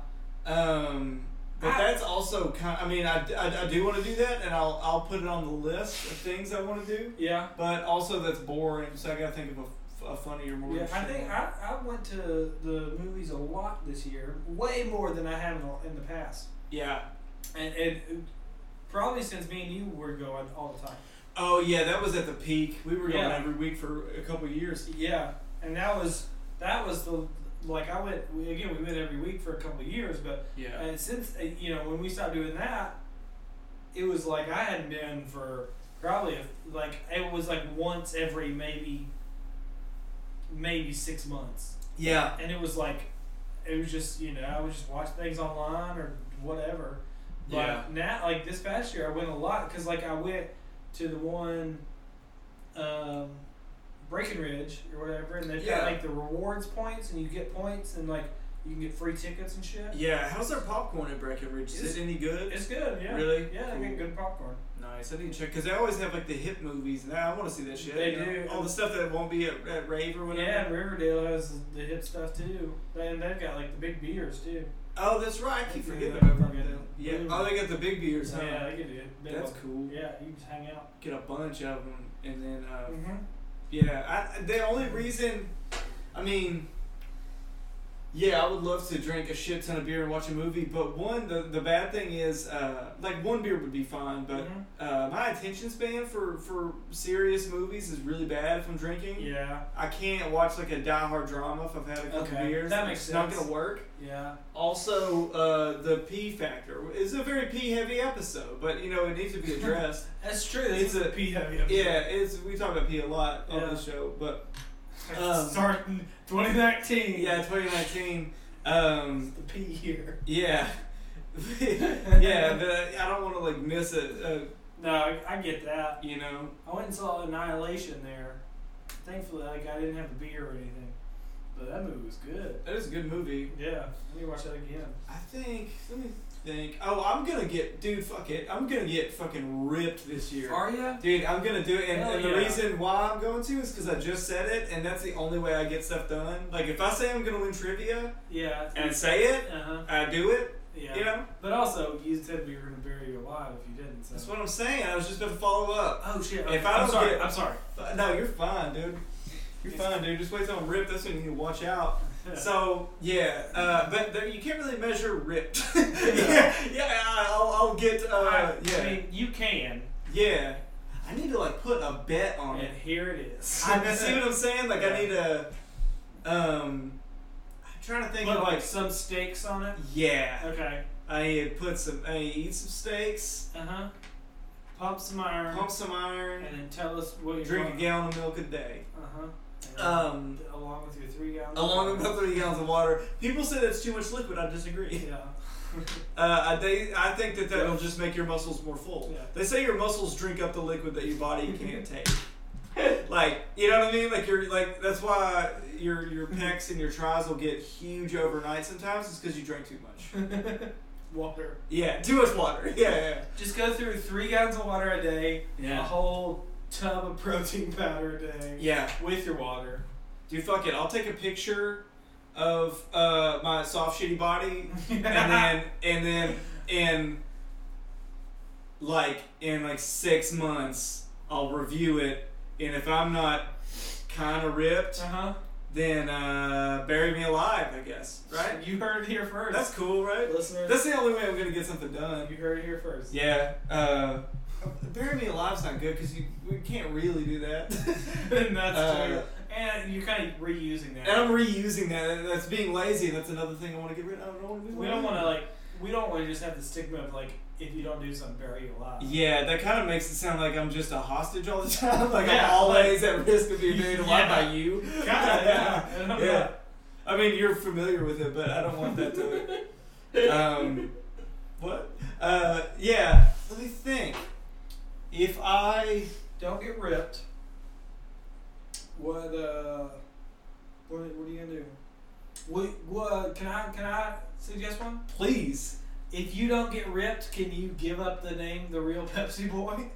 um, but
I-
that's also kind. I mean, I, I, I do want to do that, and I'll I'll put it on the list of things I want to do.
Yeah.
But also that's boring, so I gotta think of a, a funnier, more.
Yeah, I
interesting
think
one.
I, I went to the movies a lot this year, way more than I have in the- in the past,
yeah.
and, and probably since me and you were going all the time.
Oh yeah, that was at the peak. We were going
Yeah.
every week for a couple of years.
Yeah, and that was that was the like I went we, again. We went every week for a couple of years, but
Yeah.
and since uh, you know when we stopped doing that, it was like I hadn't been for probably a, like it was like once every maybe maybe six months,
Yeah.
and it was like it was just you know I would just watch things online or whatever. But
Yeah.
now, like this past year, I went a lot because like I went to the one. Um, Breckenridge or whatever, and they've
Yeah.
got like the rewards points, and you get points, and like you can get free tickets and shit.
Yeah. How's their popcorn at Breckenridge? Is
It's-
it any good?
It's good, yeah.
Really?
Yeah, they
Cool.
get good popcorn.
Nice. I need to check because they always have like the hip movies. and I want to see that shit.
They
you know?
do.
all the stuff that won't be at, at rave or whatever.
Yeah, and Riverdale has the hip stuff too, and they've got like the big beers too.
Oh, that's right. I
They
keep
do
forgetting
that.
about Riverdale. Yeah.
Yeah.
Oh, they got the big beers. Huh?
Yeah, they get it. They
That's
love-
cool.
Yeah, you can just hang out.
Get a bunch of them, and then uh,
Mm-hmm.
Yeah, I, the only reason, I mean, yeah, I would love to drink a shit ton of beer and watch a movie, but one, the, the bad thing is, uh, like, one beer would be fine, but
Mhm.
uh, my attention span for, for serious movies is really bad if I'm drinking.
Yeah,
I can't watch, like, a diehard drama if I've had a couple
Okay,
beers.
that makes
It's not
sense.
going to work.
yeah.
Also, uh, the pee factor is a very pee heavy episode, but, you know, it needs to be addressed.
That's true.
It's
This is
a-
pee heavy.
yeah, it's we talk about pee a lot on
Yeah.
the show, but. Um,
Starting 2019.
Yeah, 2019. Um,
It's the pee year.
yeah, yeah. The, I don't want to like miss it. Uh,
No, I, I get that.
you know.
I went and saw Annihilation there. Thankfully, like I didn't have a beer or anything, but that movie was good.
That is a good movie.
Yeah, I need to watch that again.
I think. Let me think. Oh, I'm gonna get dude. Fuck it. I'm gonna get fucking ripped this year.
Are you?
Dude, I'm gonna do it, and,
Hell
and the
yeah.
reason why I'm going to is because I just said it, and that's the only way I get stuff done. Like if I say I'm gonna win trivia
Yeah.
and say
uh
it,
huh.
I do it.
Yeah.
You know,
But also, you said we were gonna bury you alive if you didn't. So.
that's what I'm saying. I was just gonna follow up.
oh shit!
If
okay,
I
I'm
don't
sorry.
get-
I'm sorry.
F- No, you're fine, dude. You're
It's-
fine, dude. Just wait till I'm ripped. That's when you need to watch out. So yeah, uh, but there, you can't really measure ripped. yeah, yeah, I'll, I'll get. Uh,
I, I
yeah,
mean, you can.
yeah. I need to like put a bet on
And
it.
here it is.
I see what I'm saying. Like
Yeah.
I need a. Um, I'm trying to think
Put
of
like
like.
some steaks on it.
Yeah,
Okay.
I need to put some. I need to eat some steaks,
Uh huh. Pump some iron.
pump some iron,
and then tell us what you're
drink a gallon of milk a day.
Uh huh.
Um,
along with your three gallons.
along with about three gallons of water. People say that's too much liquid. I disagree.
Yeah.
Uh, they, I think that that'll just make your muscles more full.
Yeah.
They say your muscles drink up the liquid that your body can't take. like, you know what I mean? Like you're like that's why your your pecs and your tries will get huge overnight sometimes. It's because you drink too much.
water.
Yeah, too much water. Yeah, yeah.
Just go through three gallons of water a day, a
Yeah.
whole tub of protein powder a day.
Yeah.
With your water.
Dude, fuck it. I'll take a picture of uh, my soft shitty body and then and then in like in like six months I'll review it and if I'm not kinda ripped,
Uh huh.
then uh, bury me alive, I guess. Right?
You heard it here first.
That's cool, right?
Listeners,
That's the only way I'm gonna get something done.
you heard it here first.
Yeah. Uh, bury me alive's not good because you we can't really do that.
and that's
Uh,
true. And you're kind of reusing that.
and I'm reusing that. That's being lazy. and That's another thing I want to get rid of. I don't want to do
we don't want to like. We don't want to just have the stigma of like, if you don't do something, bury you alive.
Yeah, that kind of makes it sound like I'm just a hostage all the time. Like
Yeah,
I'm always at risk of being
you-
made alive
yeah.
by you.
God, yeah.
yeah. I mean, you're familiar with it, but I don't want that to. Um, what? Uh, yeah. Let me think. If I
Don't get ripped. What uh, what, what are you gonna do? What, what can I can I suggest one?
please.
If you don't get ripped, can you give up the name the real Pepsi Boy?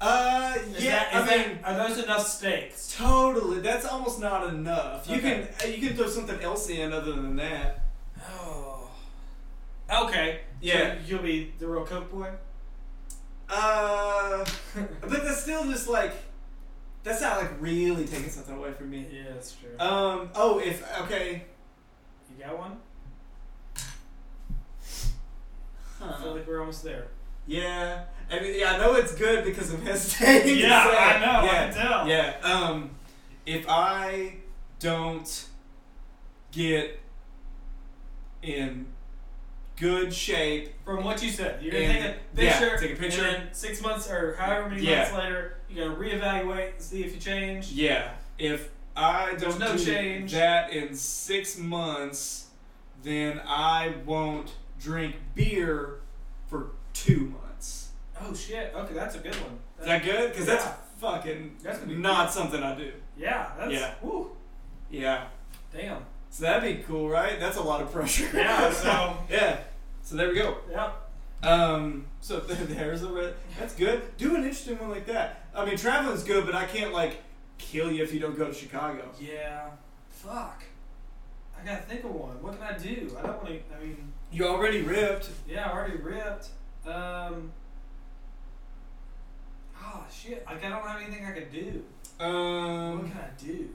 Uh,
Is
yeah.
that, is
I mean,
that, are those enough stakes?
Totally. That's almost not enough. You
Okay.
can uh, you can throw something else in other than that.
Oh. Okay.
Yeah.
So you'll be the real Coke Boy.
Uh, but that's still just like that's not like really taking something away from me.
Yeah, that's true.
Um. Oh, if okay.
you got one? I feel
Huh.
like we're almost there.
Yeah. I mean, yeah. I know it's good because I'm hesitating. to
Yeah,
say
I
it.
know, I
Yeah.
can tell.
Yeah. Um, if I don't get in good shape
From what you said, you're gonna
And-
take a
yeah,
picture.
take a picture.
And then six months or however many
Yeah.
months later, you gotta reevaluate and see if you change.
Yeah. If I don't
no
do
change.
that in six months, then I won't drink beer for two months.
Oh shit! Okay, that's a good one.
Is that good? Because that's
Yeah.
fucking
That's gonna be
not something I do.
yeah, that's
Yeah.
Woo,
Yeah.
damn.
So that'd be cool, right? That's a lot of pressure.
Yeah. So
yeah. So there we go.
yeah.
Um. So there's a red. That's good. Do an interesting one like that. I mean, traveling's good, but I can't like kill you if you don't go to Chicago.
Yeah. Fuck. I gotta think of one. What can I do? I don't want to. I mean,
You already ripped.
yeah, I already ripped. Um. Ah shit! Like I don't have anything I can do.
Um.
What can I do?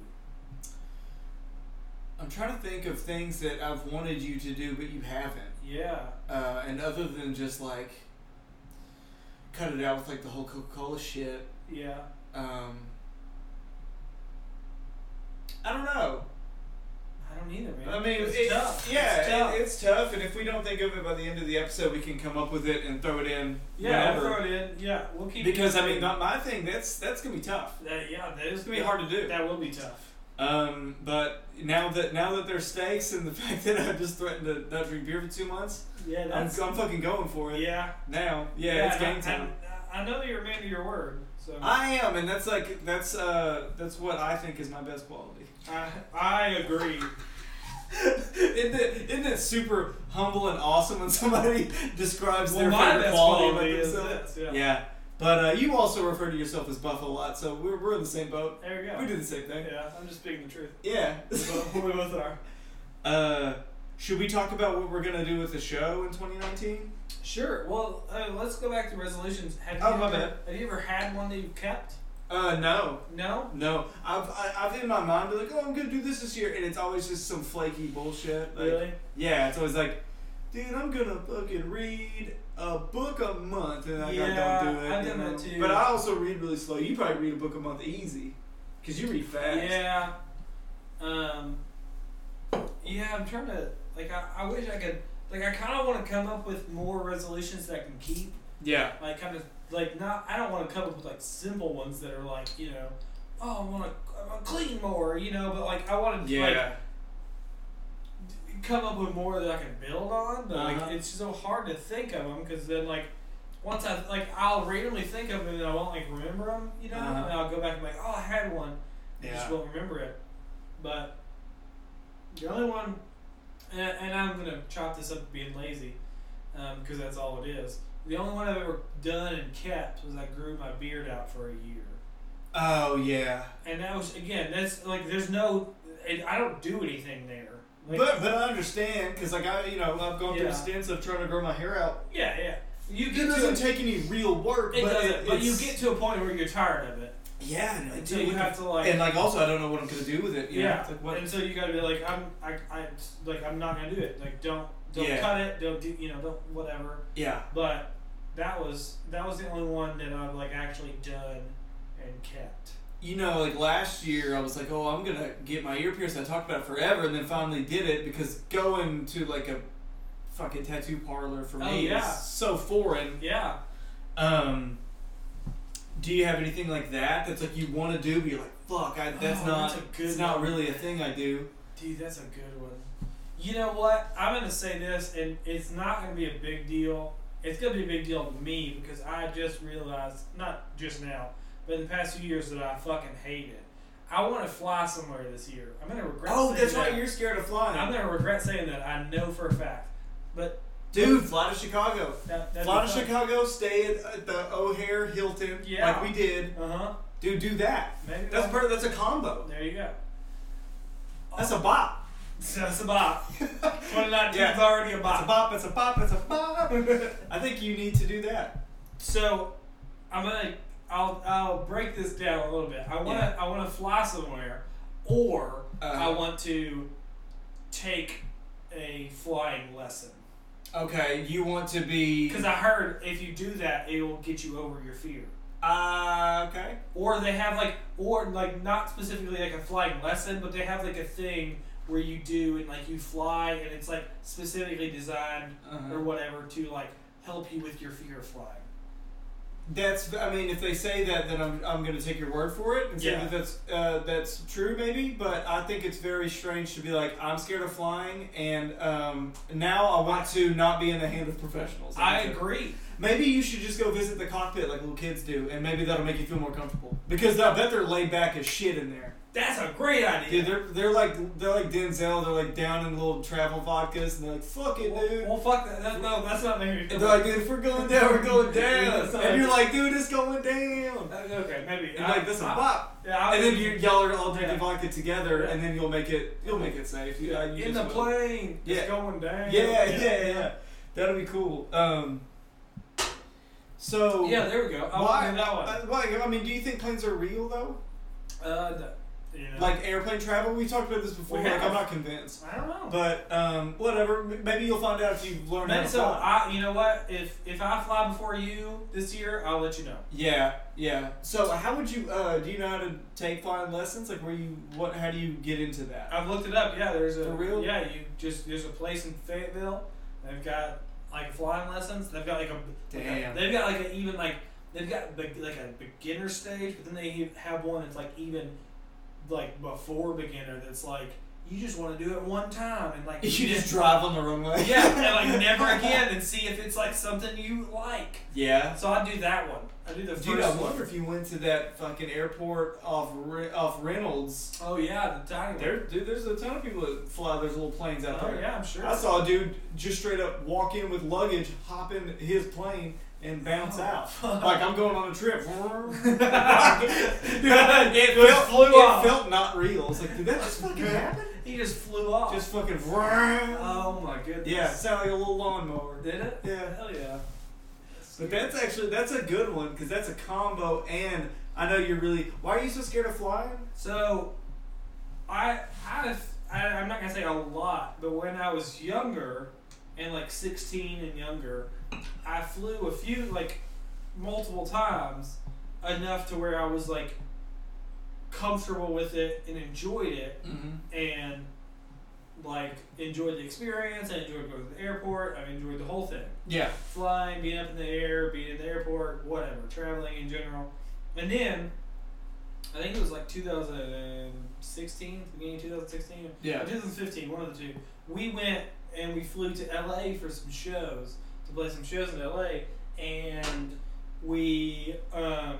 I'm trying to think of things that I've wanted you to do, but you haven't.
Yeah.
Uh, and other than just like cut it out with like the whole Coca Cola shit,
Yeah.
um, I don't know.
I don't either, man.
I mean,
it's
it-
tough.
yeah,
It's tough.
it- it's tough. And if we don't think of it by the end of the episode, we can come up with it and throw it in.
yeah,
whenever.
I'll throw it in. Yeah, we'll keep.
because I mean, not my thing. That's that's gonna be tough.
That, yeah, that is
It's gonna be hard to do.
That will be tough.
Um, but now that now that there's stakes and the fact that I just threatened to not drink beer for two months,
Yeah,
I'm, I'm
that's.
fucking going for it.
yeah.
Now, yeah, it's
and I-
game time.
I, I know that you're a man of your word, so
I am, and that's like that's uh that's what I think is my best quality.
I, I agree.
isn't, it, isn't it super humble and awesome when somebody describes
well,
their
my
favorite
best
quality,
quality
about
is
themselves?
this. Yeah.
Yeah, but uh, you also refer to yourself as Buff a lot, so we're we're in the same boat.
There we go.
We do the same thing.
Yeah, I'm just speaking the truth.
Yeah.
We both, we both are.
uh, should we talk about what we're gonna do with the show in 2019?
Sure. Well, uh, let's go back to resolutions. Have you
Oh,
ever,
my
Have you ever had one that you kept?
Uh, no.
No.
No, I've I, I've in my mind been like, oh, I'm gonna do this this year, and it's always just some flaky bullshit. Like,
really?
Yeah, it's always like, dude, I'm gonna fucking read a book a month, and I
Yeah,
got don't do it.
I've
you
done that
know?
too.
But I also read really slow. You probably read a book a month easy, cause you read fast.
Yeah. Um. Yeah, I'm trying to like. I, I wish I could. Like, I kind of want to come up with more resolutions that I can keep.
Yeah.
Like, kind of like not. I don't want to come up with like simple ones that are like you know, oh, I want to I wanna clean more, you know. But like, I want to like
Yeah.
come up with more that I can build on. But
Uh-huh.
like, it's so hard to think of them because then like. Once I like, I'll randomly think of them and I won't like remember them, you know.
Uh-huh.
And I'll go back and be like, oh, I had one. I
yeah.
just won't remember it. But the only one, and, and I'm gonna chop this up to being lazy, because that's all it is. The only one I've ever done and kept was I grew my beard out for a year,
Oh yeah.
and that was again. That's like there's no. It, I don't do anything there. Like,
but but I understand because like I you know I've gone through
Yeah.
stints of trying to grow my hair out.
yeah, yeah. You
It
get to
doesn't take any real work.
it
but
doesn't,
it-
but you
it's-
get to a point where you're tired of it
yeah. and
until
dude,
you
what
have to
the-
like
and like also I don't know what I'm gonna do with it. You know?
yeah,
It's Like, what?
until you gotta be like I'm I, I like I'm not gonna do it. Like don't don't
Yeah.
cut it. Don't do you know don't whatever.
yeah.
But that was that was the only one that I've like actually done and kept.
You know, like last year, I was like, "Oh, I'm gonna get my ear pierced." I talked about it forever, and then finally did it because going to like a fucking tattoo parlor for
Oh,
me
yeah.
is so foreign.
Yeah.
Um, do you have anything like that that's like you want to do, but you're like, fuck, I, that's
Oh,
not,
that's a good
it's not
one.
really a thing I do.
Dude, that's a good one. You know what? I'm gonna say this, and it's not gonna be a big deal. It's gonna be a big deal to me because I just realized, not just now, but in the past few years that I fucking hate it. I want to fly somewhere this year. I'm gonna regret.
Oh,
saying
that's
that.
right, you're scared of flying,
I'm gonna regret saying that. I know for a fact, but
dude. Fly to Chicago.
that that
Fly to Chicago. Stay at uh, the O'Hare Hilton,
Yeah.
like we did,
Uh huh.
dude. Do that.
Maybe
That's
that-
part. That's a combo.
There you go.
That's a bop.
That's a bop. 2019's
Yeah.
already a
It's
bop.
a bop, it's a bop, it's a bop. I think you need to do that.
So I'm gonna I'll I'll break this down a little bit. I wanna I wanna fly somewhere or I
Uh-huh.
want to take a flying lesson.
Okay, you want to be.
Because I heard if you do that it will get you over your fear.
Uh, okay.
Or they have like or like not specifically like a flying lesson, but they have like a thing where you do and like you fly and it's like specifically designed
Uh-huh.
or whatever to like help you with your fear of flying.
That's. I mean, if they say that, then I'm, I'm going to take your word for it and say
Yeah.
that that's uh, that's true, maybe. But I think it's very strange to be like, I'm scared of flying, and um, now I want to not be in the hand of professionals.
I agree.
Maybe you should just go visit the cockpit like little kids do, and maybe that'll make you feel more comfortable. Because I bet they're laid back as shit in there.
That's a great idea.
Dude, they're they're like they're like Denzel. They're like down in little travel vodkas, and they're like, "Fuck it,
Well,
dude."
well, fuck that. that no, that's not maybe.
And they're like, "Dude, if we're going down, we're going down."
That's not-
And you're like, "Dude, it's going down."
Uh, okay, maybe.
And like, "That's a bop."
Yeah, I
And
would-
then you y'all are all drinking
Yeah.
vodka together, and then you'll make it you'll make it safe. You, uh, you just
in the
will.
plane.
Yeah.
It's going down.
Yeah, yeah, yeah, yeah. That'll be cool. Um. So
Yeah, there we go. I
why?
want that one.
uh, Why? I mean, do you think planes are real though?
uh, no, you know,
Like airplane travel? We talked about this before.
We
Like,
have.
I'm not convinced.
I don't know.
But um, whatever. M- Maybe you'll find out if you learn how
Man,
to
so
fly.
I, you know what? If if I fly before you this year, I'll let you know.
yeah, yeah. So how would you? Uh, do you know how to take flying lessons? Like where you? What? How do you get into that?
I've looked it up. Yeah, there's a
For real?
Yeah, you just there's a place in Fayetteville. They've got like flying lessons. They've got like a like a-
Damn.
they've got like an even like they've got be- like a beginner stage, but then they have one that's like even like before beginner. That's like you just want to do it one time and like
You just drive on the runway.
yeah, and like never again, and see if it's like something you like.
Yeah.
So I do that one. I do the first
Dude, I
one.
wonder if you went to that fucking airport off Re- off Reynolds.
Oh yeah, the tiny one.
There, dude, there's a ton of people that fly those little planes out
Oh
there.
yeah, I'm sure.
I saw a dude just straight up walk in with luggage, hop in his plane, and bounce
Oh,
out.
fuck.
Like I'm going on a trip.
It
felt-
flew
it
off.
felt not real. It's like, did that just fucking happen?
He just flew off.
Just fucking.
Oh my goodness.
Yeah, sound like a little lawnmower.
Did it?
Yeah.
Hell yeah.
But that's actually that's a good one because that's a combo, and I know you're really. Why are you so scared of flying?
So, I, I, I, I'm not gonna say a lot, but when I was younger, and like 16 and younger, I flew a few like multiple times, enough to where I was like comfortable with it and enjoyed it,
Mm-hmm.
and like enjoyed the experience. I enjoyed going to the airport. I enjoyed the whole thing.
Yeah.
flying, being up in the air, being in the airport, whatever, traveling in general. And then, I think it was like 2016, beginning of 2016, or
Yeah.
2015, one of the two. We went and we flew to LA for some shows, to play some shows in LA, and we um,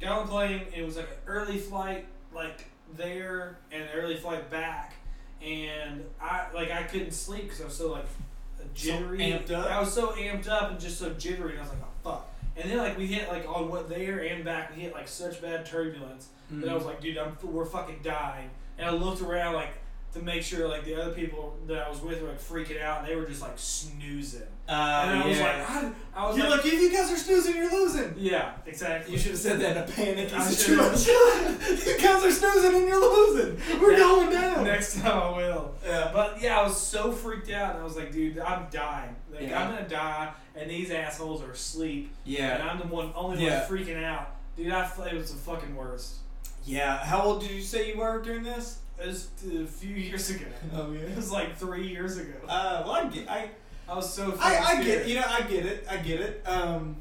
got on the plane. It was like an early flight, like there, and an early flight back. And I like I couldn't sleep because I was so like jittery.
amped up?
I was so amped up and just so jittery, and I was like, oh fuck. And then like we hit like on what there and back, we hit like such bad turbulence that I was like, dude, I'm we're fucking dying. And I looked around like to make sure like the other people that I was with were like freaking out, and they were just like snoozing.
uh,
and I was
yeah.
like, I, I was
you're
like,
like, if you guys are snoozing, you're losing.
yeah, exactly.
You should have said that in a panicky
I should've.
situation. you guys are snoozing and you're losing. We're
Ne-
going down. Uh,
Next time I will.
Yeah.
But yeah, I was so freaked out, and I was like, dude, I'm dying. Like
Yeah.
I'm gonna die, and these assholes are asleep, and
yeah.
I'm the one only
Yeah.
one freaking out. Dude, I felt it was the fucking worst.
Yeah. How old did you say you were during this?
It was a few years ago.
Oh
It
yeah.
was like three years ago.
Uh, well, I get, I,
I was so.
I,
fucking
I get,
scared.
you know, I get it, I get it. Um,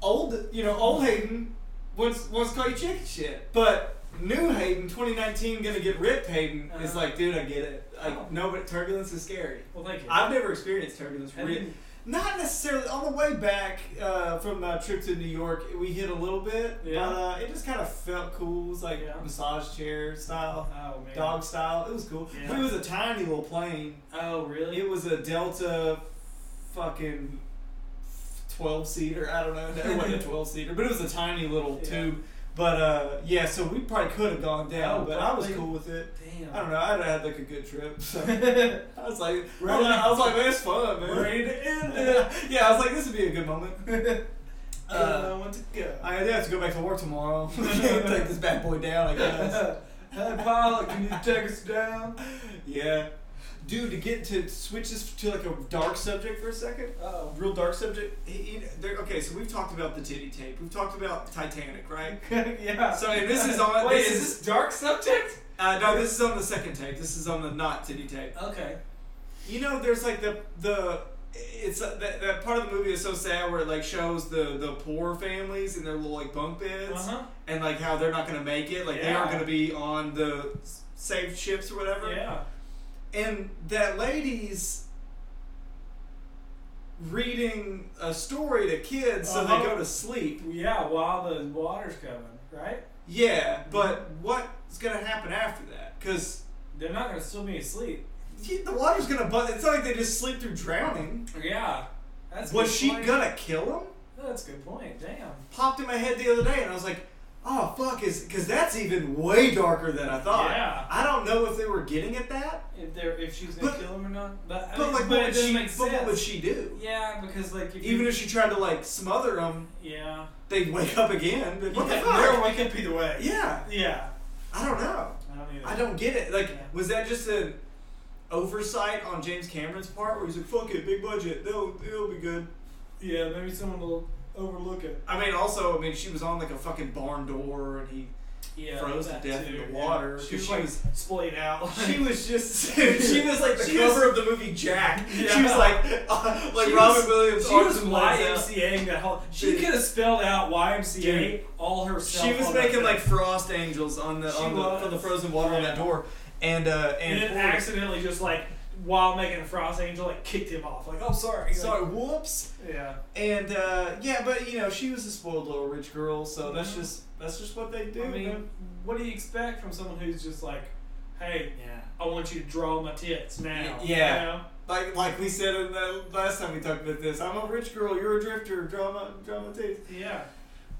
old, you know, old Hayden wants wants to call you chicken shit, but new Hayden, 2019, gonna get ripped. Hayden is
Uh-huh.
like, dude, I get it. Like,
Oh.
no, but turbulence is scary.
Well, thank you.
I've never experienced turbulence.
And
Re-
then-
not necessarily. On the way back uh, from my trip to New York, we hit a little bit,
Yeah.
but uh, it just kind of felt cool. It was like
Yeah.
massage chair style,
oh man.
dog style. It was cool.
Yeah.
But it was a tiny little plane.
Oh really?
It was a Delta fucking 12 seater. I don't know. It wasn't a 12 seater, but it was a tiny little
Yeah.
tube. But uh, yeah, so we probably could have gone down,
Oh,
but I was
probably.
cool with it.
Damn.
I don't know. I'd had like a good trip. So I was like, I
Ready.
was like, I was like, man, it's fun, man.
Ready to end it.
yeah, I was like, this would be a good moment.
And I
Uh,
want to go.
I have to go back to work tomorrow. Take this bad boy down, I guess.
hey, pilot, can you take us down?
Yeah. Dude, to get to switch this to like a dark subject for a second, uh,
Oh.
real dark subject. He- he- there- okay, so we've talked about the titty tape. We've talked about Titanic, right?
yeah.
So and this is on.
Wait,
this
is this dark subject?
Uh, no, this is on the second tape. This is on the not titty tape.
Okay.
You know, there's like the the. It's uh, that, that part of the movie is so sad where it like shows the the poor families and their little like bunk beds
Uh
and like how they're not gonna make it like they aren't
Yeah.
gonna be on the s- safe ships or
huh.
whatever
Yeah.
and that lady's reading a story to kids so they
Uh-huh.
go to sleep.
Yeah. While the water's coming, right?
Yeah, but what's gonna happen after that? Because
They're not gonna still be asleep.
the water's gonna bust. It's not like they just sleep through drowning.
Yeah. That's. a
Was
good
she
point.
gonna kill him?
That's a good point. Damn.
Popped in my head the other day, and I was like, "Oh fuck!" Is because that's even way darker than I thought.
Yeah.
I don't know if they were getting at that,
If they're if she's gonna
But-
kill him or not, but I
but
mean,
like,
but
what
it
would
doesn't
she?
make
But
sense.
what would she do?
yeah, because like if
Even
you,
if she tried to like smother him,
yeah,
they wake up again. But what
yeah,
the fuck?
they're awake up either way.
Yeah,
Yeah.
I don't know.
I don't either.
I don't get it. Like,
Yeah.
was that just an oversight on James Cameron's part, where he's like, "Fuck it, big budget, they'll it'll be good."
Yeah, maybe someone will overlook it.
I mean, also, I mean, she was on like a fucking barn door, and he
Yeah,
Froze to
that
death in
too,
the
yeah.
water,
She
'cause
was
she
like
was-
splayed out.
she was just she was like the
She
cover of the movie Jack. She
Yeah.
was like uh, like
She
Robin
was-
Williams.
She
arms
was
and legs out.
YMCAing that whole. She
Dude.
could have spelled out YMCA
Dude.
all herself.
She was
on that
making
thing.
like frost angels on the
She
on the,
was.
on the frozen water on that
Yeah.
door, and uh, and
and then accidentally just like while making a frost angel like kicked him off like oh sorry like,
sorry, whoops.
yeah
And uh, yeah, but you know, she was a spoiled little rich girl, so that's
Mhm.
just that's just what they do.
I mean
man.
what do you expect from someone who's just like hey
yeah.
I want you to draw my tits now
Y- yeah.
you know?
Like like we said in the last time we talked about this, I'm a rich girl, you're a drifter, drama drama taste.
yeah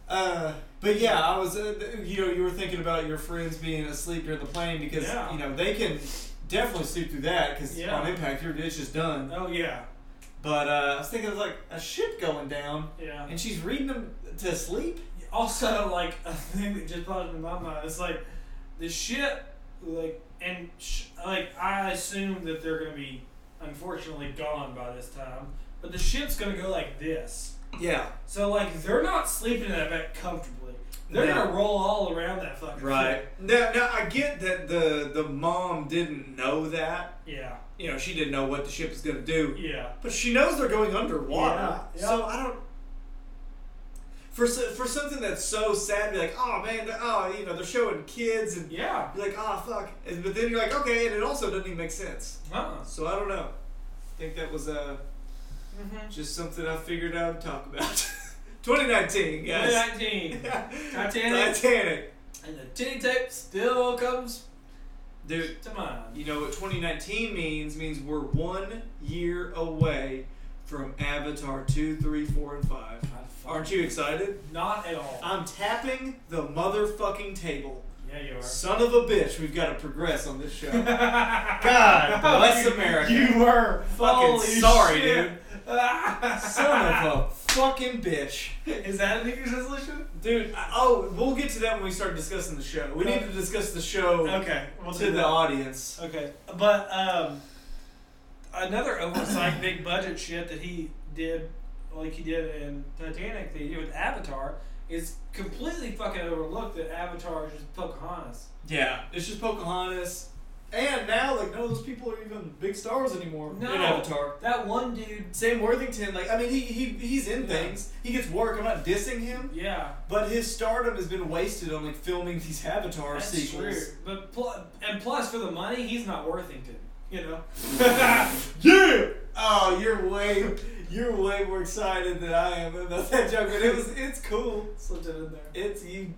Uh, but yeah, I was uh, th- you know you were thinking about your friends being asleep during the plane because
Yeah.
you know they can definitely sleep through that because
Yeah.
on impact your it's just done.
oh yeah
But uh, I was thinking of like a ship going down,
yeah
and she's reading them to sleep.
also like a thing that just popped into my mind is like the ship like and sh- like i assume that they're gonna be unfortunately gone by this time but the ship's gonna go like this
Yeah.
so like they're not sleeping in that bed comfortably they're
No.
gonna roll all around that fucking ship.
Now, now I get that the the mom didn't know that.
yeah
You know, she didn't know what the ship was gonna do.
yeah
But she knows they're going underwater.
Yeah, yeah.
So I don't. For so- for something that's so sad, be like, oh man, they're- oh you know they're showing kids and
yeah
you're like, oh fuck. And, but then you're like, okay, and it also doesn't even make sense.
uh-uh.
So I don't know. I think that was uh,
mm-hmm.
just something I figured I would talk about. 2019, guys.
19
Titanic.
Titanic. and the titty tape still comes
Dude,
Come on.
you know what 2019 means? Means we're one year away from Avatar 2, 3, 4, and 5.
I'd fuck-
Aren't you excited?
Not at all.
I'm tapping the motherfucking table.
yeah, you are.
Son of a bitch, we've got to progress on this show.
God
bless America.
Oh, You were
Fucking
Holy
sorry,
shit. dude.
Son of a fucking bitch.
Is that a New Year's resolution?
Dude, I, oh, we'll get to that when we start discussing the show. We need to discuss the show
Okay, we'll
to
do
the
that.
audience.
Okay, but um, another oversight, big budget shit that he did, like he did in Titanic, that he did with Avatar, is completely fucking overlooked. That Avatar is just Pocahontas.
Yeah, it's just Pocahontas. And now, like, none of those people are even big stars anymore
No.
in Avatar.
That one dude.
Sam Worthington, like, I mean, he, he he's in
Yeah.
things. He gets work. I'm not dissing him,
Yeah,
but his stardom has been wasted on like filming these Avatar
that's
sequels.
true. But pl- and plus for the money, he's not Worthington. You know.
Yeah. Oh, you're way you're way more excited than I am about that joke, but it was it's cool.
Slipped it in there.
It's you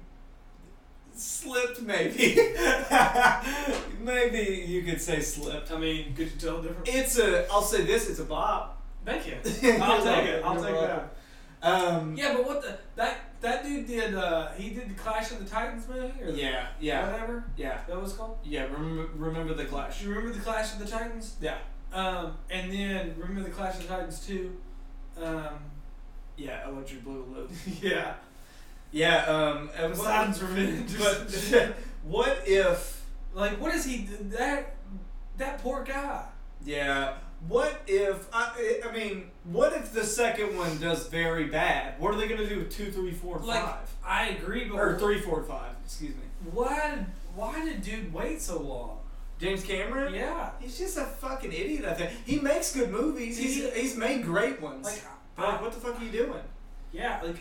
slipped maybe. maybe you could say slipped.
I mean, could you tell the difference?
It's a I'll say this, it's a bop.
Thank you.
You're
I'll take
welcome.
it. I'll
You're
take that.
welcome. Um
Yeah, but what the that that dude did? Uh, he did the Clash of the Titans movie, or
yeah, yeah,
whatever
yeah.
that was called.
Yeah, remember, remember the
Do
clash.
you remember the Clash of the Titans?
Yeah.
Um, and then remember the Clash of the Titans too. Um,
Yeah, electric blue loop.
yeah,
Yeah, um it was
Aladdin's Revenge.
But what if
like what is he that that poor guy?
Yeah. What if I? I mean, what if the second one does very bad? What are they gonna do with two, three, four, and
Like
five?
I agree, but
Or three, four, and five? Excuse me.
why did- why did dude wait so long?
James Cameron.
Yeah,
He's just a fucking idiot. I think he makes good movies. He's he's made great ones.
like
but like, what the fuck are you doing?
yeah, like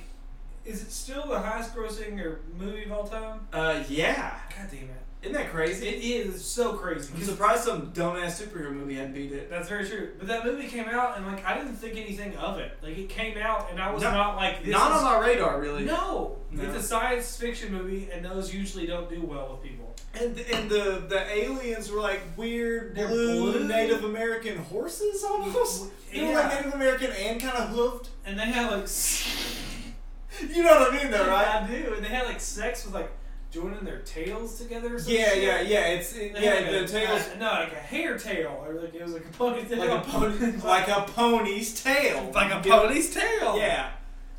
is it still the highest grossing or movie of all time?
Uh, yeah.
God damn it.
Isn't that crazy?
It is so crazy.
I'm
'cause
surprised some dumbass superhero movie hadn't beat it.
that's very true. But that movie came out, and like I didn't think anything of it. Like it came out, and I was
No-
not like this.
Not
is-
on my radar, really.
no.
No.
it's a science fiction movie, and those usually don't do well with people.
And and the the aliens were like weird
They're
blue,
blue.
Native American horses almost. They were like
Yeah.
Native American and kind of hoofed.
And they had like,
You know what I mean, though, right?
I do, and they had like sex with like joining their tails together. Or some
Yeah,
shit.
yeah, yeah. It's it,
They had,
yeah
like,
the
a-
tails
uh, no, like a hair tail, or like it was like a ponytail,
like a pony, like a pony's tail,
Like a
Yeah.
pony's tail.
Yeah,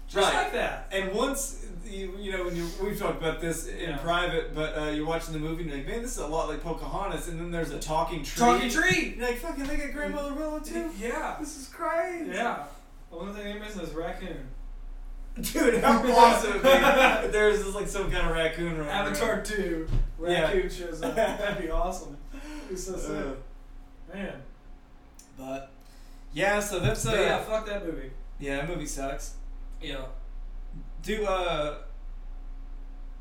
just
right.
like that.
And once you, you know, when you we've talked about this in
Yeah.
private, but uh, you're watching the movie and you're like, man, this is a lot like Pocahontas. And then there's a talking tree.
Talking tree.
You're like, fucking, they got grandmother Willow too.
Yeah.
This is crazy.
Yeah. The only thing they missing is raccoon.
Dude, how awesome! Dude. There's just like some kind of raccoon running
Avatar
around.
two,
Yeah.
raccoon shows up. That'd be awesome. It's so sick.
Uh,
Man.
but yeah, so that's uh,
But yeah, fuck that movie.
yeah, that movie sucks.
Yeah.
Do uh,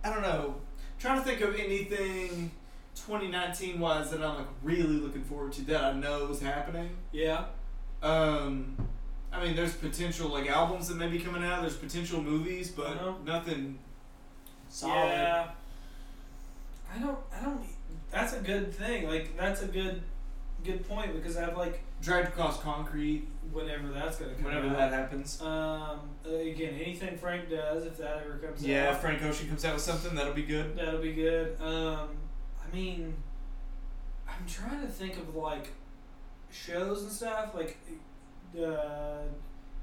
I don't know. Trying to think of anything 2019 wise that I'm like really looking forward to that I know is happening.
Yeah.
Um, I mean, there's potential like albums that may be coming out. There's potential movies, but
Uh-huh.
nothing solid.
Yeah. I don't I don't that's a good thing. Like that's a good good point because I've like
Dragged across concrete.
whenever that's gonna come
Whenever
out.
that happens.
um again, anything Frank does, if that ever comes
Yeah,
out.
if uh, Frank Ocean comes out with something, that'll be good.
That'll be good. Um, I mean, I'm trying to think of like shows and stuff. Like, uh,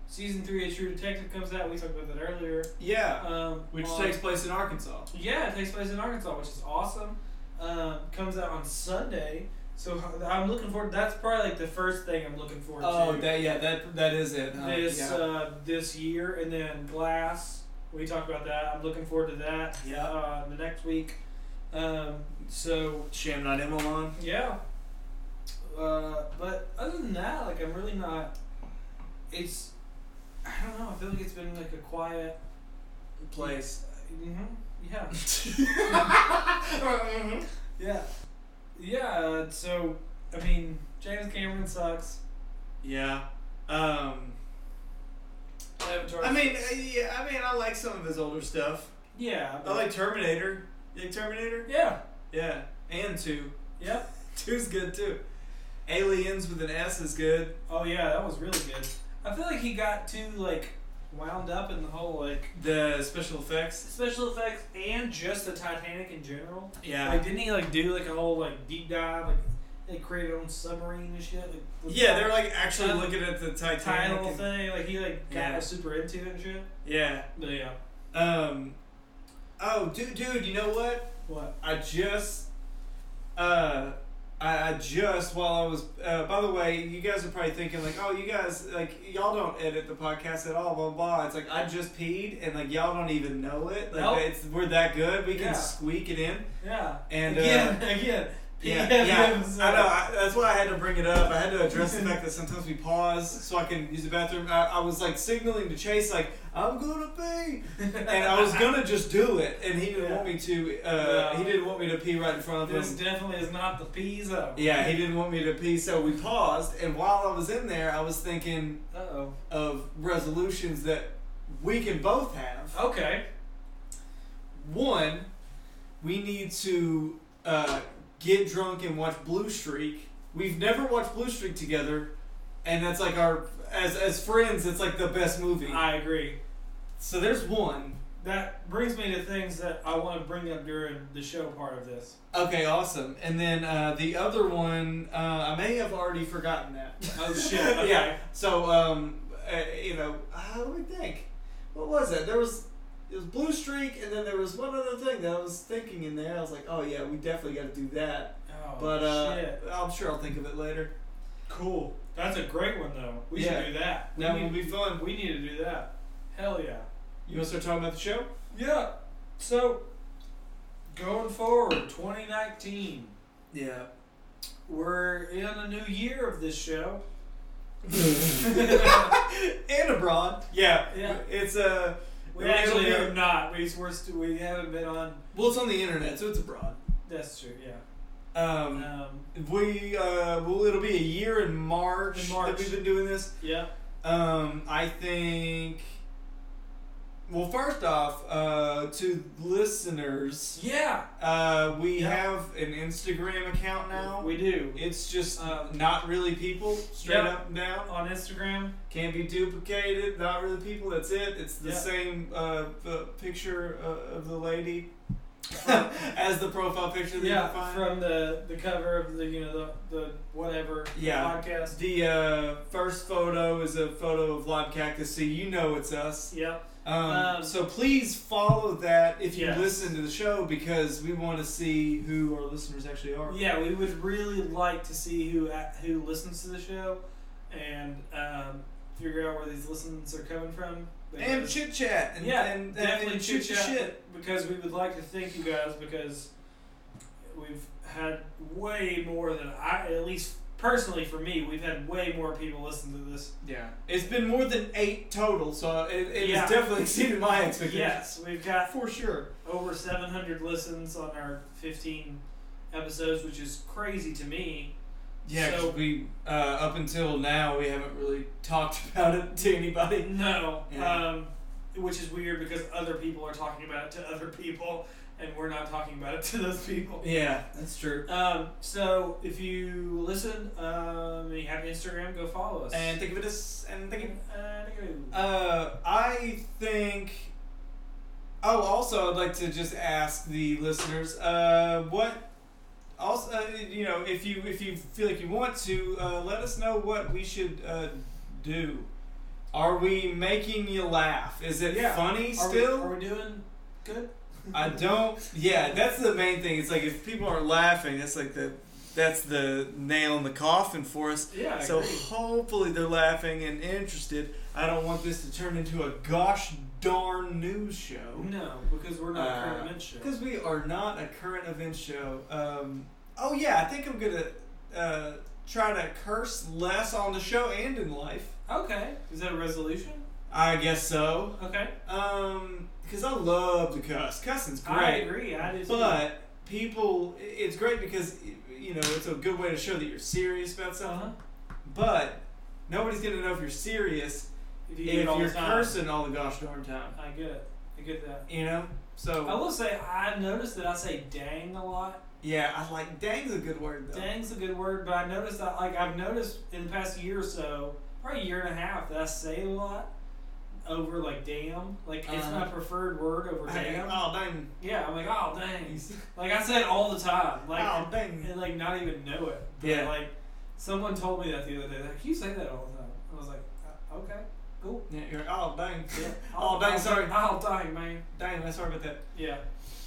season three of True Detective comes out. We talked about that earlier.
Yeah,
Um,
which
on-
takes place in Arkansas.
yeah, it takes place in Arkansas, which is awesome. Um, comes out on Sunday, so h- I'm looking forward. That's probably like the first thing I'm looking forward
Oh,
to
that yeah, that that is it. huh?
this
Um, yeah.
uh, this year, and then Glass. We talked about that. I'm looking forward to that.
Yeah.
Uh, the next week. Um, so
Sham Not Emmeline.
Yeah. Uh, but other than that, like I'm really not. It's. I don't know. I feel like it's been like a quiet.
Place.
hmm Yeah.
Mhm.
Yeah. Yeah. uh, So I mean, James Cameron sucks.
yeah. Um.
Avatar.
I mean, uh, yeah. I mean, I like some of his older stuff.
Yeah.
I like Terminator. You like Terminator?
Yeah.
Yeah. And two.
Yep.
Two's good too. Aliens with an S is good.
Oh yeah, that was really good. I feel like he got too like wound up in the whole like
The special effects.
special effects and just the Titanic in general.
Yeah.
Like, didn't he like do like a whole like deep dive? Like, they created their own submarine and shit. Like, with
yeah,
the
they're like actually
Uh,
looking at the Titanic.
title
and-
thing. Like, he like got
Yeah.
super into it and shit.
yeah.
But yeah,
Um. Oh, dude, dude, you know what?
what?
I just, uh, I, I just while I was. Uh, by the way, you guys are probably thinking like, oh, you guys like y'all don't edit the podcast at all, blah blah. It's like I just peed and like y'all don't even know it. Like
Nope.
it's we're that good. We can
Yeah.
squeak it in.
Yeah.
And, uh,
again, again.
Yeah,
PF
yeah.
episode.
I know. I, that's why I had to bring it up. I had to address the fact that sometimes we pause so I can use the bathroom. I, I was like signaling to Chase, like I'm gonna pee, and I was gonna just do it, and he didn't
Yeah.
want me to. Uh,
No.
He didn't want me to pee right in front of
This
him.
definitely is not the peas up.
Yeah, he didn't want me to pee, so we paused. And while I was in there, I was thinking
Uh oh.
of resolutions that we can both have.
Okay.
One, we need to uh, get drunk and watch Blue Streak. We've never watched Blue Streak together, and that's like our as as friends. It's like the best movie.
I agree.
So there's one.
That brings me to things that I want to bring up during the show part of this.
Okay, awesome. And then uh, the other one, uh, I may have already forgotten that.
Oh, shit, okay.
yeah. So um, uh, you know, uh, let me think. What was it? There was. It was Blue Streak, and then there was one other thing that I was thinking in there. I was like, "Oh yeah, we definitely got to do that."
Oh,
But uh,
shit.
I'm sure I'll think of it later.
Cool. That's a great one, though. We
Yeah.
should do that. We
That will
need,
be fun.
we need to do that. Hell yeah.
You want to start talking about the show?
Yeah. So, going forward, 2019,
Yeah.
we're in a new year of this show.
and abroad. Yeah.
Yeah.
It's uh,
We
it'll- it'll
actually
be-
are not. We, we're st- we haven't been on.
well, it's on the internet, so it's abroad.
That's true, yeah.
Um,
Um,
we uh, well, it'll be a year in March,
In March.
that we've been doing this.
yeah.
Um, I think. Well, first off, uh, to listeners,
Yeah.
uh, we
Yeah.
have an Instagram account now.
We do.
It's just uh,
Um,
not really people, straight
yeah.
up and down.
On Instagram,
Can't be duplicated, not really people, that's it. It's the
Yeah.
same uh, the picture uh, of the lady as the profile picture that you
yeah,
find.
from the the cover of the you know the, the whatever
Yeah.
podcast.
the uh, first photo is a photo of Live Cactus, so you know it's us.
Yep.
Um,
Um,
so please follow that if you
Yes.
listen to the show because we want to see who our listeners actually are.
Yeah, we would really like to see who a- who listens to the show, and um, figure out where these listens are coming from.
And
Because-
chit chat. And,
yeah,
and, and,
definitely
and shoot your
chit-chat.
shit.
because we would like to thank you guys because we've had way more than I at least personally for me we've had way more people listen to this.
Yeah, it's been more than eight total, so it, it
Yeah.
has definitely exceeded my expectations.
Yes, we've got
for sure.
over 700 listens on our 15 episodes, which is crazy to me.
Yeah, 'cause
So-
we uh, up until now we haven't really talked about it to anybody.
No,
Yeah.
um, which is weird because other people are talking about it to other people, and we're not talking about it to those people.
Yeah, that's true.
Um, so if you listen, um, and you have Instagram, go follow us.
And think of it as and think of
Uh,
Uh, I think. Oh, also, I'd like to just ask the listeners, uh, what, also, uh, you know, if you if you feel like you want to, uh, let us know what we should uh, do. Are we making you laugh? Is it
Yeah.
funny
are
still?
we, are we doing good?
I don't. Yeah, that's the main thing. It's like if people aren't laughing, that's like the that's the nail in the coffin for us.
Yeah, I
So
agree.
hopefully they're laughing and interested. I don't want this to turn into a gosh darn news show
No, because we're not
Uh,
current event show.
because we are not a current event show. Um, oh yeah, I think I'm gonna uh, try to curse less on the show and in life.
Okay, is that a resolution?
I guess so.
Okay,
Um, because I love to cuss. Cussing's great.
I agree. I do. too.
But people, i- it's great because you know it's a good way to show that you're serious about something.
Uh-huh.
But nobody's gonna know if you're serious
If you
if
get all
you're
the time.
cursing all the gosh darn time.
I get it. I get that.
You know,
I
so
will say I noticed that I say dang a lot.
Yeah, I like dang's a good word though.
Dang's a good word, but I noticed that like I've noticed in the past year or so, probably a year and a half, that I say a lot over like damn. Like it's
Uh-huh.
my preferred word over
Dang.
damn.
Oh dang.
yeah, I'm like, oh dang. Like I say it all the time. Like
oh
and,
dang.
like not even know it. But
Yeah.
like someone told me that the other day. They're Like, you say that all the time. I was like, "Uh, okay, cool.
Yeah, you're, oh dang.
Yeah.
Oh, dang, sorry.
Oh dang, man.
Dang, I'm sorry about that.
Yeah.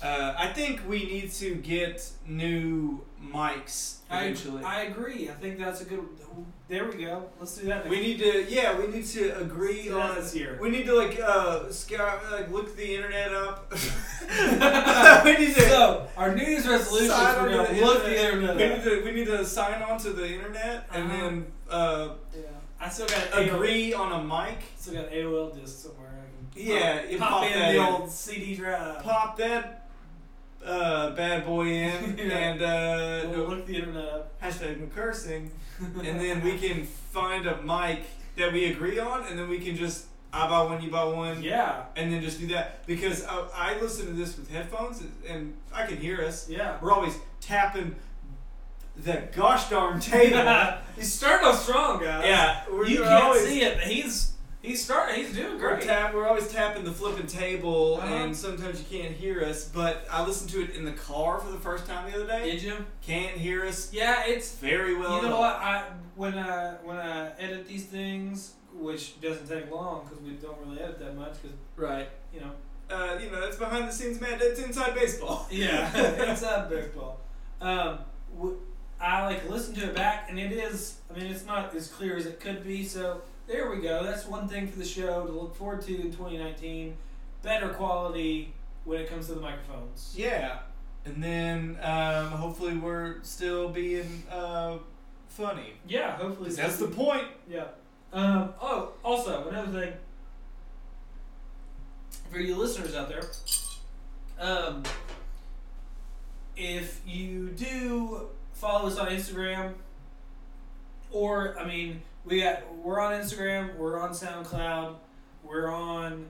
Uh, I think we need to get new mics
I,
eventually.
I agree. I think that's a good. There we go. Let's do that.
we need to, yeah, we need to agree
Yeah,
on.
that's here.
We need to like, uh, scour, like look the internet up. we need to.
so our New Year's resolutions
sign
we're
onto
gonna
the
look the
internet.
internet.
We need
up.
to we need to sign on to the internet and
Uh-huh.
then uh,
Yeah. I still got AOL,
agree on a mic.
still got AOL disk somewhere. I can
Yeah,
pop,
you
pop,
pop
in
that
the
in.
old CD drive.
Pop that uh, bad boy in
Yeah.
and uh,
We'll look the internet up.
hashtag no cursing. and then we can find a mic that we agree on, and then we can just I buy one, you buy one,
Yeah.
and then just do that. Because I, I listen to this with headphones, and I can hear us.
Yeah.
We're always tapping the gosh darn table.
he's starting off strong, guys.
yeah, we're,
You
we're
can't
always,
see it, but he's he's starting. He's doing
We're,
great.
tap, we're always tapping the flipping table,
Uh-huh.
and sometimes you can't hear us. But I listened to it in the car for the first time the other day.
Did you?
Can't hear us
Yeah, it's
very well.
You
at
know
all.
what? I when I when I edit these things, which doesn't take long because we don't really edit that much, because
Right.
you know.
Uh, you know, that's behind the scenes, man. That's inside baseball.
inside baseball. Um, w- I like listen to it back, and it is. I mean, it's not as clear as it could be. So there we go. That's one thing for the show to look forward to in 2019. Better quality when it comes to the microphones.
Yeah. And then um, hopefully we're still being uh, funny.
Yeah, hopefully
'Cause that's the point.
Yeah. Um, oh, also another thing for you listeners out there, um, if you do follow us on Instagram, or I mean, we got we're on Instagram, we're on SoundCloud, we're on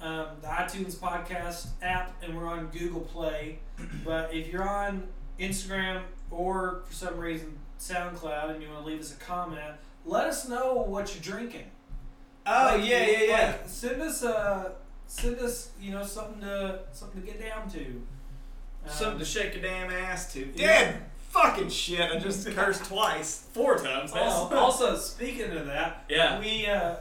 um, the iTunes podcast app, and we're on Google Play. but if you're on Instagram or for some reason SoundCloud and you want to leave us a comment, let us know what you're drinking.
Oh,
Like,
yeah, yeah, yeah.
like, send us uh, send us you know something to something to get down to. Um,
Something to shake your damn ass to. Damn
yeah.
fucking shit. I just cursed twice. Four times. now.
also, also speaking of that,
Yeah.
we uh,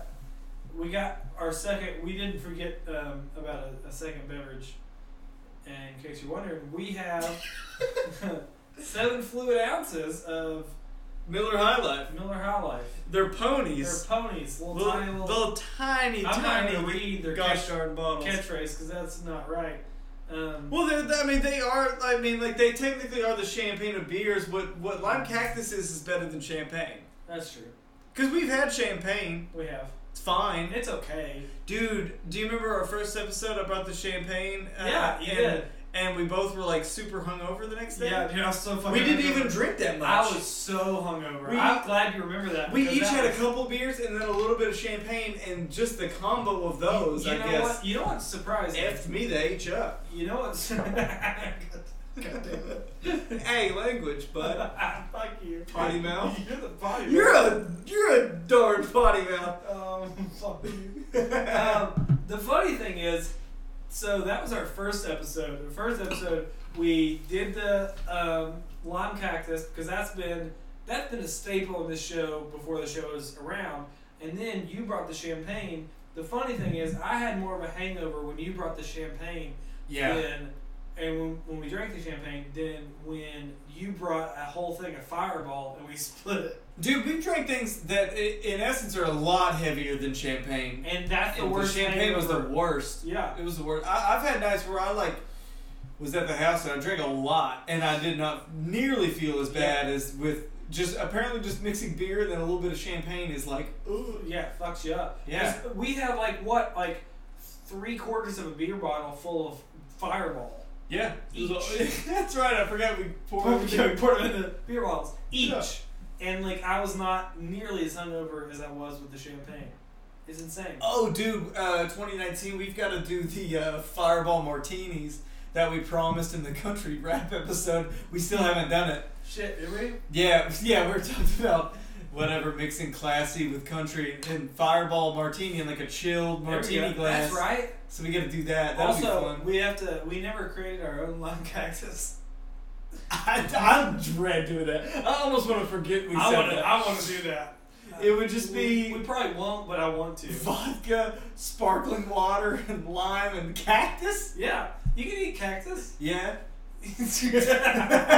we got our second. We didn't forget um, about a, a second beverage. And in case you're wondering, we have seven fluid ounces of
Miller High Life.
Miller High Life.
They're
They're
ponies.
ponies, little,
little,
tiny little.
little tiny,
I'm not
tiny
gonna read their
gosh
catch-
darn bottles.
catchphrase because that's not right. Um,
Well, they're, I mean, they are. I mean, like they technically are the champagne of beers. What what lime cactus is is better than champagne.
that's true.
Cause we've had champagne.
We have.
It's fine,
It's okay.
dude. Do you remember our first episode about the champagne? Uh,
yeah, you
and,
did.
And we both were like super hungover the next day.
Yeah, dude, I was so fucking.
we didn't
hungover.
even drink that much.
I was so hungover.
We-
I'm glad you remember that.
we
because
each
that
had a
was-
couple beers and then a little bit of champagne, and just the combo of those,
You
I
know
guess,
what? You know what's surprising?
effed me the h up.
you know what's.
hey, language, bud.
Fuck you.
Potty mouth?
You're the potty
You're
mouth.
a you're a darn potty mouth.
Um, fuck you. um, the funny thing is, so that was our first episode. The first episode we did the um, lime cactus because that's been that's been a staple in this show before the show was around. And then you brought the champagne. The funny thing is, I had more of a hangover when you brought the champagne than, and when, when we drank the champagne, than when you brought a whole thing of Fireball and we split it.
dude, we drank things that i- in essence are a lot heavier than champagne.
And that's the
And
worst.
champagne was the
hangover.
worst.
Yeah.
It was the worst. I, I've had nights where I like was at the house and I drank a lot, and I did not nearly feel as bad as with just apparently just mixing beer and then a little bit of champagne is like ooh.
Yeah, it fucks you up.
Yeah.
'Cause We had like what, like three quarters of a beer bottle full of Fireball.
Yeah, it was all-
Each.
that's right. I forgot we poured.
Yeah, we poured them in the beer bottles each,
Yeah.
and like I was not nearly as hungover as I was with the champagne. It's insane.
Oh, dude, uh, 2019, we've got to do the uh, fireball martinis. that we promised in the country rap episode. We still haven't done it.
Shit, did we?
Yeah, yeah, we were talking about whatever mixing classy with country and Fireball martini and like a chilled
There we
martini
go.
glass.
That's right.
So we got to do that. That'll be
also,
fun.
we have to. We never created our own lime cactus.
I, I dread doing that. I almost want to forget we
I
said
want to.
that.
I want to do that.
It would just
Uh, We-
be-
We probably won't, but I want to.
Vodka, sparkling water, and lime and cactus.
Yeah, you can eat cactus.
Yeah.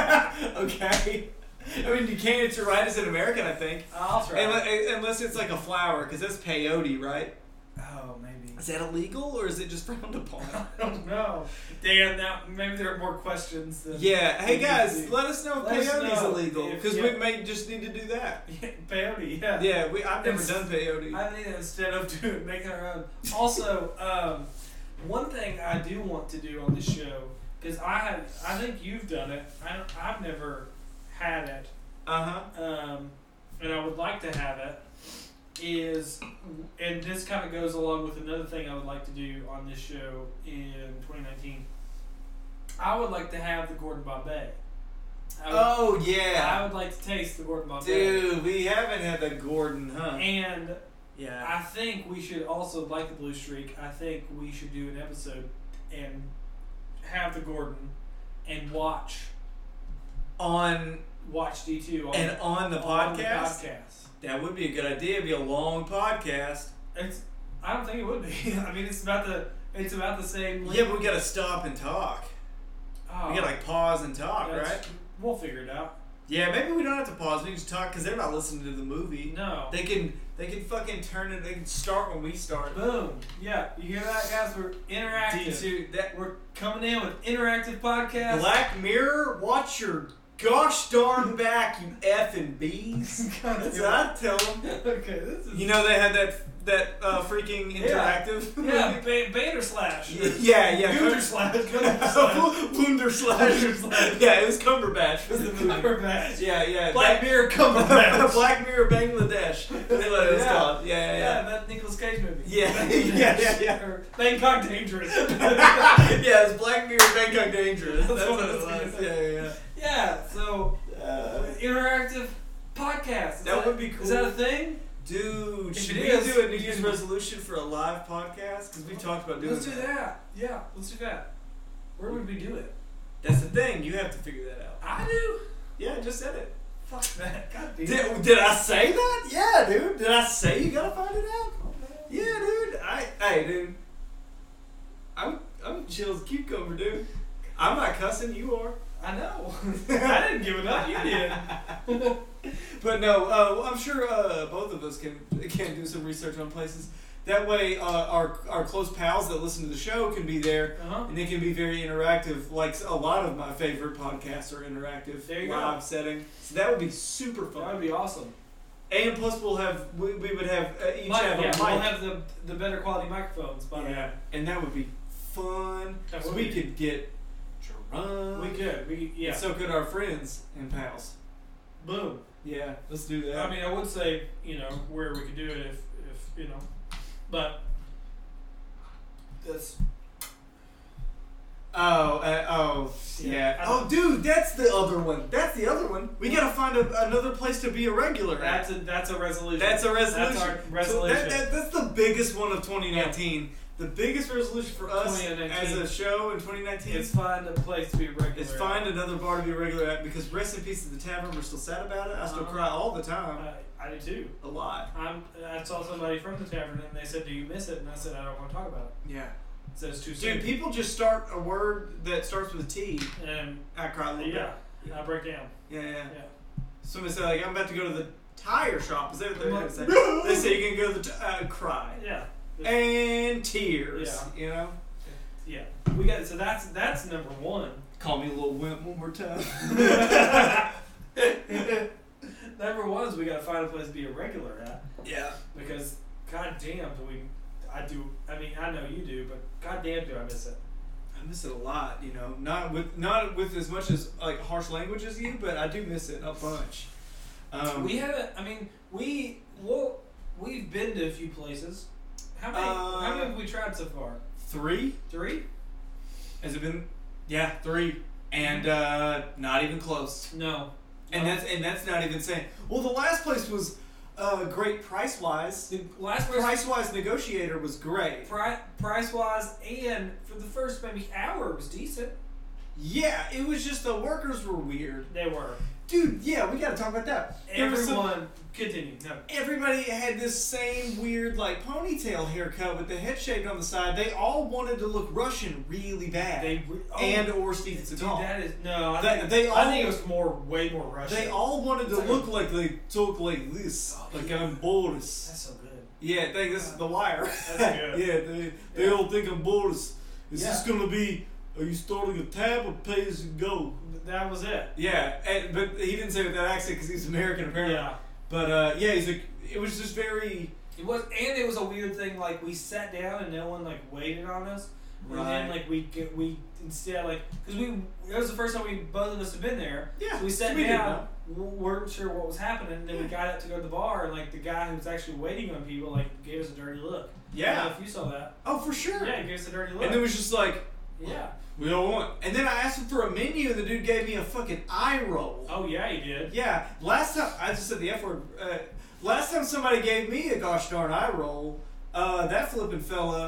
okay. I mean, you can't. It's your right as an American, I think.
I'll try.
Unless, unless it's like a flower, because that's peyote, right?
oh, maybe.
Is that illegal or is it just frowned upon?
I don't know. Damn, now maybe there are more questions than.
yeah. Hey
than you
guys,
see.
let us know if
Let us
peyote's
know
illegal,
if-
because
yeah.
we may just need to do that.
Peyote, yeah.
Yeah, we, I've never
It's-
done peyote.
I think instead of doing making our own. Also, um, one thing I do want to do on the show because I have, I think you've done it. I, I've never had it,
Uh huh.
um, and I would like to have it. Is and this kind of goes along with another thing I would like to do on this show in 2019. I would like to have the Gordon Bombay. I would,
Oh
I
yeah,
would like to taste the Gordon Bombay.
dude, we haven't had the Gordon, huh?
And
Yeah.
I think we should also like the blue streak. I think we should do an episode and have the Gordon and watch
On
watch D two on,
and on the
on
podcast,
The podcast.
that would be a good idea. It'd be a long podcast.
It's I don't think it would be. I mean, it's about the it's about the same.
Yeah, but we gotta stop and talk.
oh,
We gotta like pause and talk,
that's-
right?
We'll figure it out.
Yeah, maybe we don't have to pause. We can just talk because they're not listening to the movie.
No.
They can they can fucking turn it. They can start when we start.
Boom. Yeah, you hear that, guys? We're interactive.
D2, that
We're coming in with interactive podcast.
Black Mirror, watch your gosh darn back, you effing bees. That's what I tell 'em.
okay, this is
You know they had that that uh, freaking
Yeah.
interactive.
yeah, ba- Bader slash.
yeah, yeah.
Gooder slash. Gooder slash.
Wunder slash. Yeah, it was Cumberbatch. Was the movie.
Cumberbatch.
Yeah, yeah.
Black Mirror
Black,
Cumberbatch.
Black Mirror Bangladesh. That's what it was
Yeah.
called. Yeah,
yeah,
yeah,
that Nicolas Cage movie.
Yeah,
Bangladesh.
yeah, yeah, yeah.
Or Bangkok Dangerous.
yeah. yeah, it's Black Mirror Bangkok Dangerous.
That's
That's
what
what
it
it was.
was.
Yeah, yeah.
yeah, so
yeah. Uh,
interactive podcast. Is
That would be cool.
Is that a thing?
dude,
If
should
it
we
is-
do a New Year's resolution for a live podcast? Because we talked about doing
Let's do that. Yeah, let's do that. Where would we do it?
That's the thing. You have to figure that out.
I do.
Yeah, I just said it.
Fuck that. God damn. it.
Did, did I say that? Yeah, dude. Did I say you gotta find it out? Yeah, dude. I, hey, dude. I'm, I'm chill as a cucumber, dude. I'm not cussing. You are.
I know. I didn't give it up. You did.
But no, uh, well, I'm sure uh, both of us can can do some research on places. That way, uh, our our close pals that listen to the show can be there,
Uh-huh.
and it can be very interactive. Like a lot of my favorite podcasts are interactive,
There you go.
live setting. So that would be super
That would
fun.
be awesome.
And plus, we'll have we, we would have uh, each
Mic-
have a
yeah,
mic.
we'll have the the better quality microphones by then.
Yeah, and that would be fun.
That
'cause
would
we
be.
could get drunk.
We could. We yeah.
And so could our friends and pals.
Boom.
Yeah, let's do that.
I mean, I would say you know where we could do it if if you know, but that's
oh, uh, oh, yeah.
Yeah, I
Oh, dude, that's the other one. That's the other one. We gotta find a, another place to be a regular. at.
that's a that's a resolution.
That's a resolution.
That's our
So
resolution.
that, that, that's the biggest one of 2019. The biggest resolution for us
2019.
as a show in 2019
is find a place to be regular.
is find another bar to be a regular at because rest in peace to the tavern. We're still sad about it. I still
Uh-huh.
cry all the time.
Uh, I do too.
A lot.
I'm, I saw somebody from the tavern and they said, "Do you miss it?" And I said, "I don't want to talk about
Yeah.
it." So it's too soon.
Dude, people just start a word that starts with T.
and
I cry a little
yeah,
bit.
I break down.
Yeah, yeah.
Yeah.
Somebody said, like, I'm about to go to the tire shop. Is that what they're going to say?
No.
They say you can go to the t- uh, cry.
Yeah.
And tears.
Yeah.
You know?
Yeah. We got so that's that's number one.
Call me a little wimp one more time.
Number one is we got to find a place to be a regular at.
yeah.
because goddamn do we I do I mean I know you do but goddamn do I miss it
I miss it a lot, you know. Not with not with as much as like harsh language as you, but I do miss it a bunch. Um,
we haven't I mean we well we've been to a few places how many how many
Uh,
have we tried so far
three.
three
Has it been Yeah, three, and uh, not even close.
No.
And
No.
that's and that's not even saying. Well, the last place was uh, great price wise.
the last person
Price wise negotiator was great.
Pri- price wise, and for the first maybe hour, it was decent.
Yeah, it was just the workers were weird,
They were.
dude. Yeah, we gotta talk about that. There was some-
Everyone continue. No.
everybody had this same weird like ponytail haircut with the head shaved on the side. They all wanted to look Russian really bad,
They re- oh,
and or Steven
dude,
Seagal.
that is no. I
They-
think,
they
I
all-
think it was more way more Russian.
They all wanted to
It's like
look
a-
like they talk like this,
Oh,
like
yeah.
I'm Boris.
That's so good.
Yeah, thank this is the wire.
good.
yeah, they, they
Yeah.
all think I'm Boris. Is this
Yeah.
gonna be? Are you starting a tab or pay as you go?
That was it.
Yeah, and, but he didn't say it with that accent because he's American apparently.
Yeah.
But uh, yeah, he's like it was just very
It was, and it was a weird thing. Like we sat down and no one like waited on us. And then
Right.
like we get, we instead like because we that was the first time we both of us had been there.
yeah.
So we sat
didn't know.
down, w- weren't sure what was happening, and then we got up to go to the bar, and like the guy who was actually waiting on people like gave us a dirty look. I don't
Yeah.
know if you saw that.
Oh, for sure.
Yeah, he gave us a dirty look.
And then it was just like
yeah.
we don't want. And then I asked him for a menu, and the dude gave me a fucking eye roll.
Oh yeah, he did.
Yeah, last time I just said the F word. Uh, last time somebody gave me a gosh darn eye roll, uh, that flippin' fella.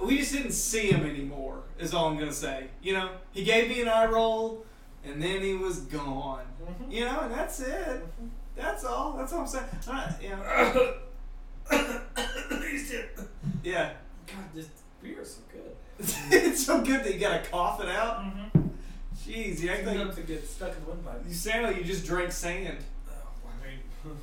We just didn't see him anymore. Is all I'm gonna say. You know, he gave me an eye roll, and then he was gone.
Mhm.
You know, and that's it. That's all. That's all I'm saying. I'm not- you know,
He's dead.
yeah,
God, this beer is so good.
it's so good that you gotta cough it out.
Mm-hmm.
Jeez, you act like
to get stuck in the windpipe.
you sound like you just drank sand.
Oh, I mean,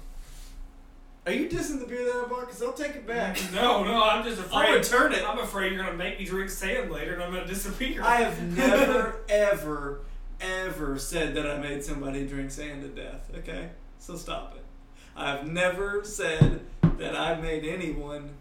Are you dissing the beer that I bought? Cause I'll take it back.
no, no, I'm just afraid.
I'll return it.
I'm afraid you're gonna make me drink sand later, and I'm gonna disappear.
I have never, ever, ever said that I made somebody drink sand to death. Okay, so stop it. I've never said that I made anyone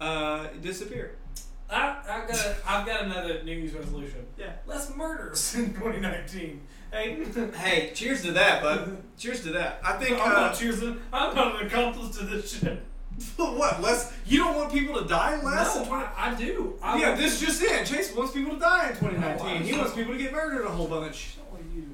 uh, disappear.
I, I've got. A, I've got another New Year's resolution.
Yeah.
Less murders in 2019. Hey,
Hey, cheers to that, bud. cheers to that. I think.
I'm
Uh,
not choosing. I'm not an accomplice to this shit.
what? Less? You don't want people to die less?
no,
than
I, I do. I
20 yeah,
want-
this just in. Chase wants people to die in 2019.
No, I-
he wants people to get murdered a whole bunch.
Not like you.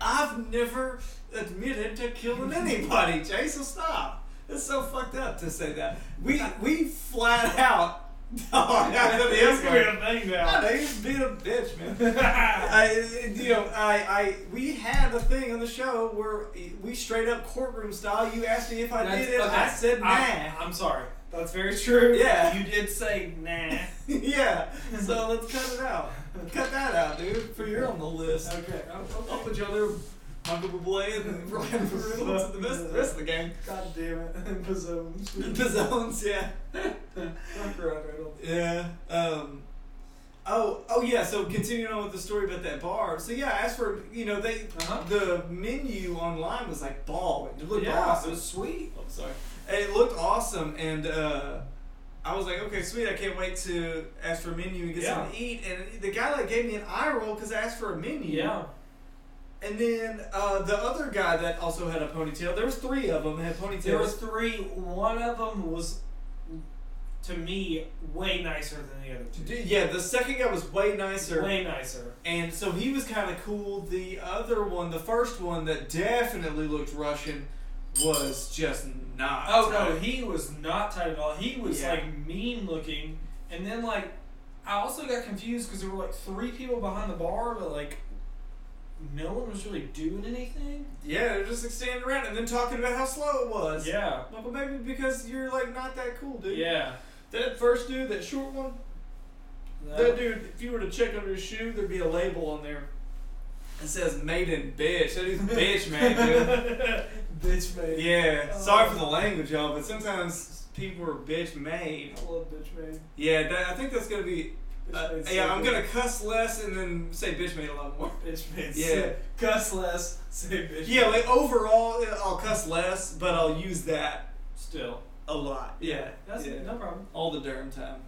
I've never admitted to killing anybody, Jason. Stop. It's so fucked up to say that. We we flat out. Oh, yeah, that
It's
is
gonna be
weird.
a thing
I
now.
know you being a bitch, man. I, you know, I, I, we had a thing on the show where we straight up courtroom style. You asked me if I
That's-
did it. I
okay.
said nah.
I, am sorry. That's very true.
Yeah.
You did say nah.
yeah. So let's cut it out. Cut that out, dude. For you're on the list.
okay.
I'll put you on there, Michael Bublé and Ryan Reynolds, and the rest, the rest of the gang.
God damn it. Bazone.
The zones, yeah.
Fuck Ryan Reynolds.
Yeah. Um. Oh, oh yeah. So continuing on with the story about that bar. So yeah, as for you know they
Uh-huh.
the menu online was like ball. It looked
yeah,
awesome.
it was sweet.
I'm sorry. And it looked awesome, and uh, I was like, okay, sweet. I can't wait to ask for a menu and get
Yeah.
something to eat. And the guy like gave me an eye roll because I asked for a menu.
Yeah.
And then uh, the other guy that also had a ponytail. There was three of them that had ponytails.
There was three. One of them was, to me, way nicer than the other two.
D- yeah, the second guy was way nicer.
Way nicer.
And so he was kind of cool. The other one, the first one that definitely looked Russian, was just not.
Oh no, he was not tight at all. He was
Yeah.
like mean looking, and then like I also got confused because there were like three people behind the bar, but like no one was really doing anything.
Yeah, they're just like standing around and then talking about how slow it was.
Yeah,
Like, well, maybe because you're like not that cool, dude.
yeah.
That first dude, that short one,
No.
that dude. If you were to check under his shoe, there'd be a label on there. It says "Made in Bitch." That is bitch, man,
bitch made.
dude.
Oh.
Yeah. Sorry for the language, y'all, but sometimes people are bitch made.
I love bitch made.
Yeah, that, I think that's gonna be
Bitch
Uh,
made's
yeah,
so
I'm
good.
gonna cuss less and then say bitch made a lot more.
Bitch made.
Yeah.
so- Cuss less. Say bitch.
Yeah,
made.
like overall, uh, I'll cuss less, but I'll use that
Still.
a lot. Yeah,
That's
yeah.
no problem.
all the Durham time.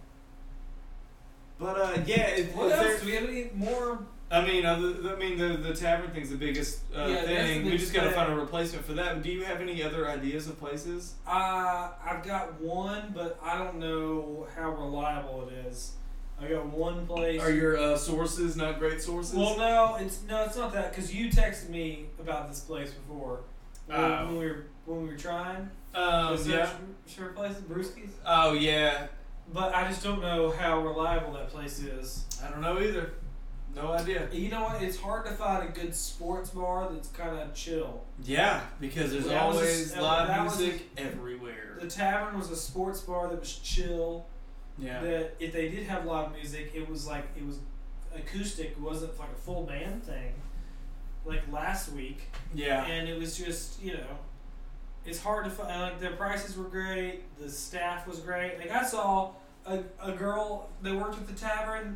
But uh, yeah, it,
What
was
else?
there-
Do we have any more?
I mean, uh, the, I mean, the the tavern thing's the biggest uh,
Yeah, that's
thing.
the
We just gotta
big
find a
thing.
replacement for that. Do you have any other ideas of places?
Uh, I've got one, but I don't know how reliable it is. I got one place.
Are your uh, sources not great sources?
Well, no, it's no, it's not that because you texted me about this place before when,
Oh.
when we were when we were trying.
um,
to
yeah.
search Sure, places, brewskis.
Oh yeah.
But I just don't know how reliable that place is.
I don't know either. No idea.
You know what? It's hard to find a good sports bar that's kind of chill.
Yeah, because there's
That was a-
always
that
live
was a-
music everywhere.
The tavern was a sports bar that was chill.
Yeah.
That if they did have live music, it was like it was acoustic. It wasn't like a full band thing, like last week.
Yeah.
and it was just you know it's hard to find like the prices were great the staff was great like i saw a, a girl that worked at the tavern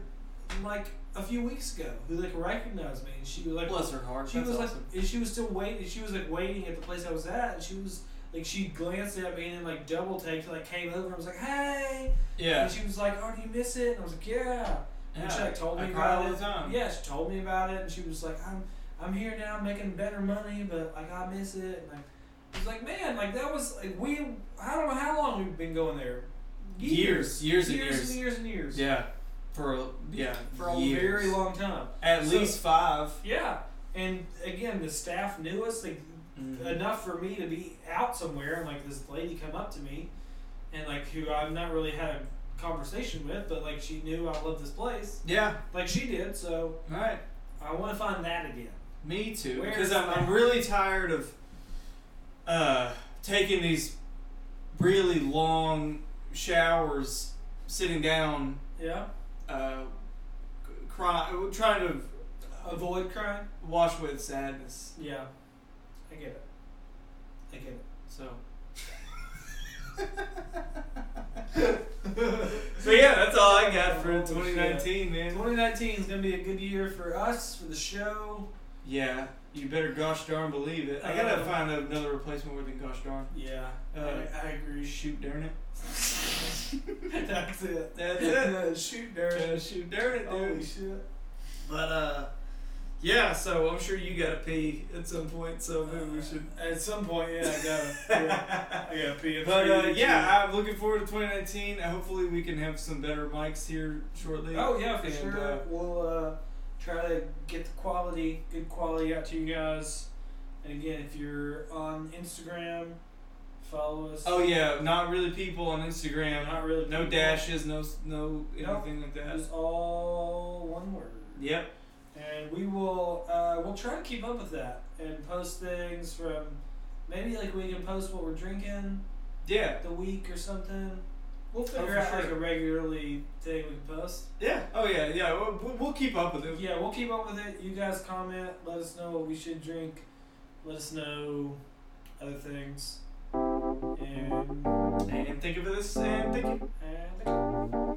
like a few weeks ago who like recognized me and she was like
Bless her heart.
she
That's
was
awesome.
like and she was still waiting she was like waiting at the place i was at and she was like she glanced at me and then like double taked like came over and was like hey
yeah.
and she was like oh do you miss it and i was like yeah
yeah.
and she like told me
I cry
about
all
it.
the time.
Yeah, she told me about it, and she was like, "I'm, I'm here now, making better money, but like I miss it." And like, I was like, "Man, like that was like we, I don't know how long we've been going there,
Years, years, and years.
and years and years,
Yeah. For yeah.
for a
years.
very long time."
At
So-
least five.
Yeah, and again, the staff knew us like
Mm-hmm.
enough for me to be out somewhere, and like this lady come up to me, and like who I've not really had a conversation with, but like she knew I loved this place,
Yeah.
like she did, so
All right.
I want to find that again.
Me too.
Where
Because
is
I'm, I'm
that?
really tired of uh, taking these really long showers, sitting down,
Yeah,
uh, cry, trying to
avoid crime.
wash away the sadness.
Yeah, I get it. I get it.
So. so yeah, that's all I got for
Holy
2019, man.
2019 is gonna be a good year for us for the show.
Yeah, you better gosh darn believe it. I gotta
Uh,
find another replacement within gosh darn.
Yeah,
Uh,
I, I agree.
Shoot darn it.
That's it.
That's it.
Shoot, Darren.
Uh, shoot darn it, dude.
Holy shit.
But uh, yeah. So I'm sure you gotta pee at some point. So maybe we should.
At some point, yeah, I gotta, yeah, I gotta pee.
But uh, yeah, I'm looking forward to 2019. Uh, Hopefully, we can have some better mics here shortly.
oh yeah, for
And,
sure.
uh,
we'll uh, try to get the quality, good quality out to you guys. And again, if you're on Instagram, follow us.
Oh yeah, not really people on Instagram.
Not really
No
people.
dashes. No s- no
Nope.
anything like that.
It's all one word.
Yep.
And we will uh, we'll try to keep up with that and post things from maybe like we can post what we're drinking
Yeah. Oh,
the week or something. We'll figure
for
out
sure.
like a regularly thing we can post.
Yeah. Oh yeah. Yeah. We'll, we'll- we'll keep up with it.
Yeah, we'll keep up with it. You guys comment, let us know what we should drink, let us know other things. And,
And think of this. And thank you.
and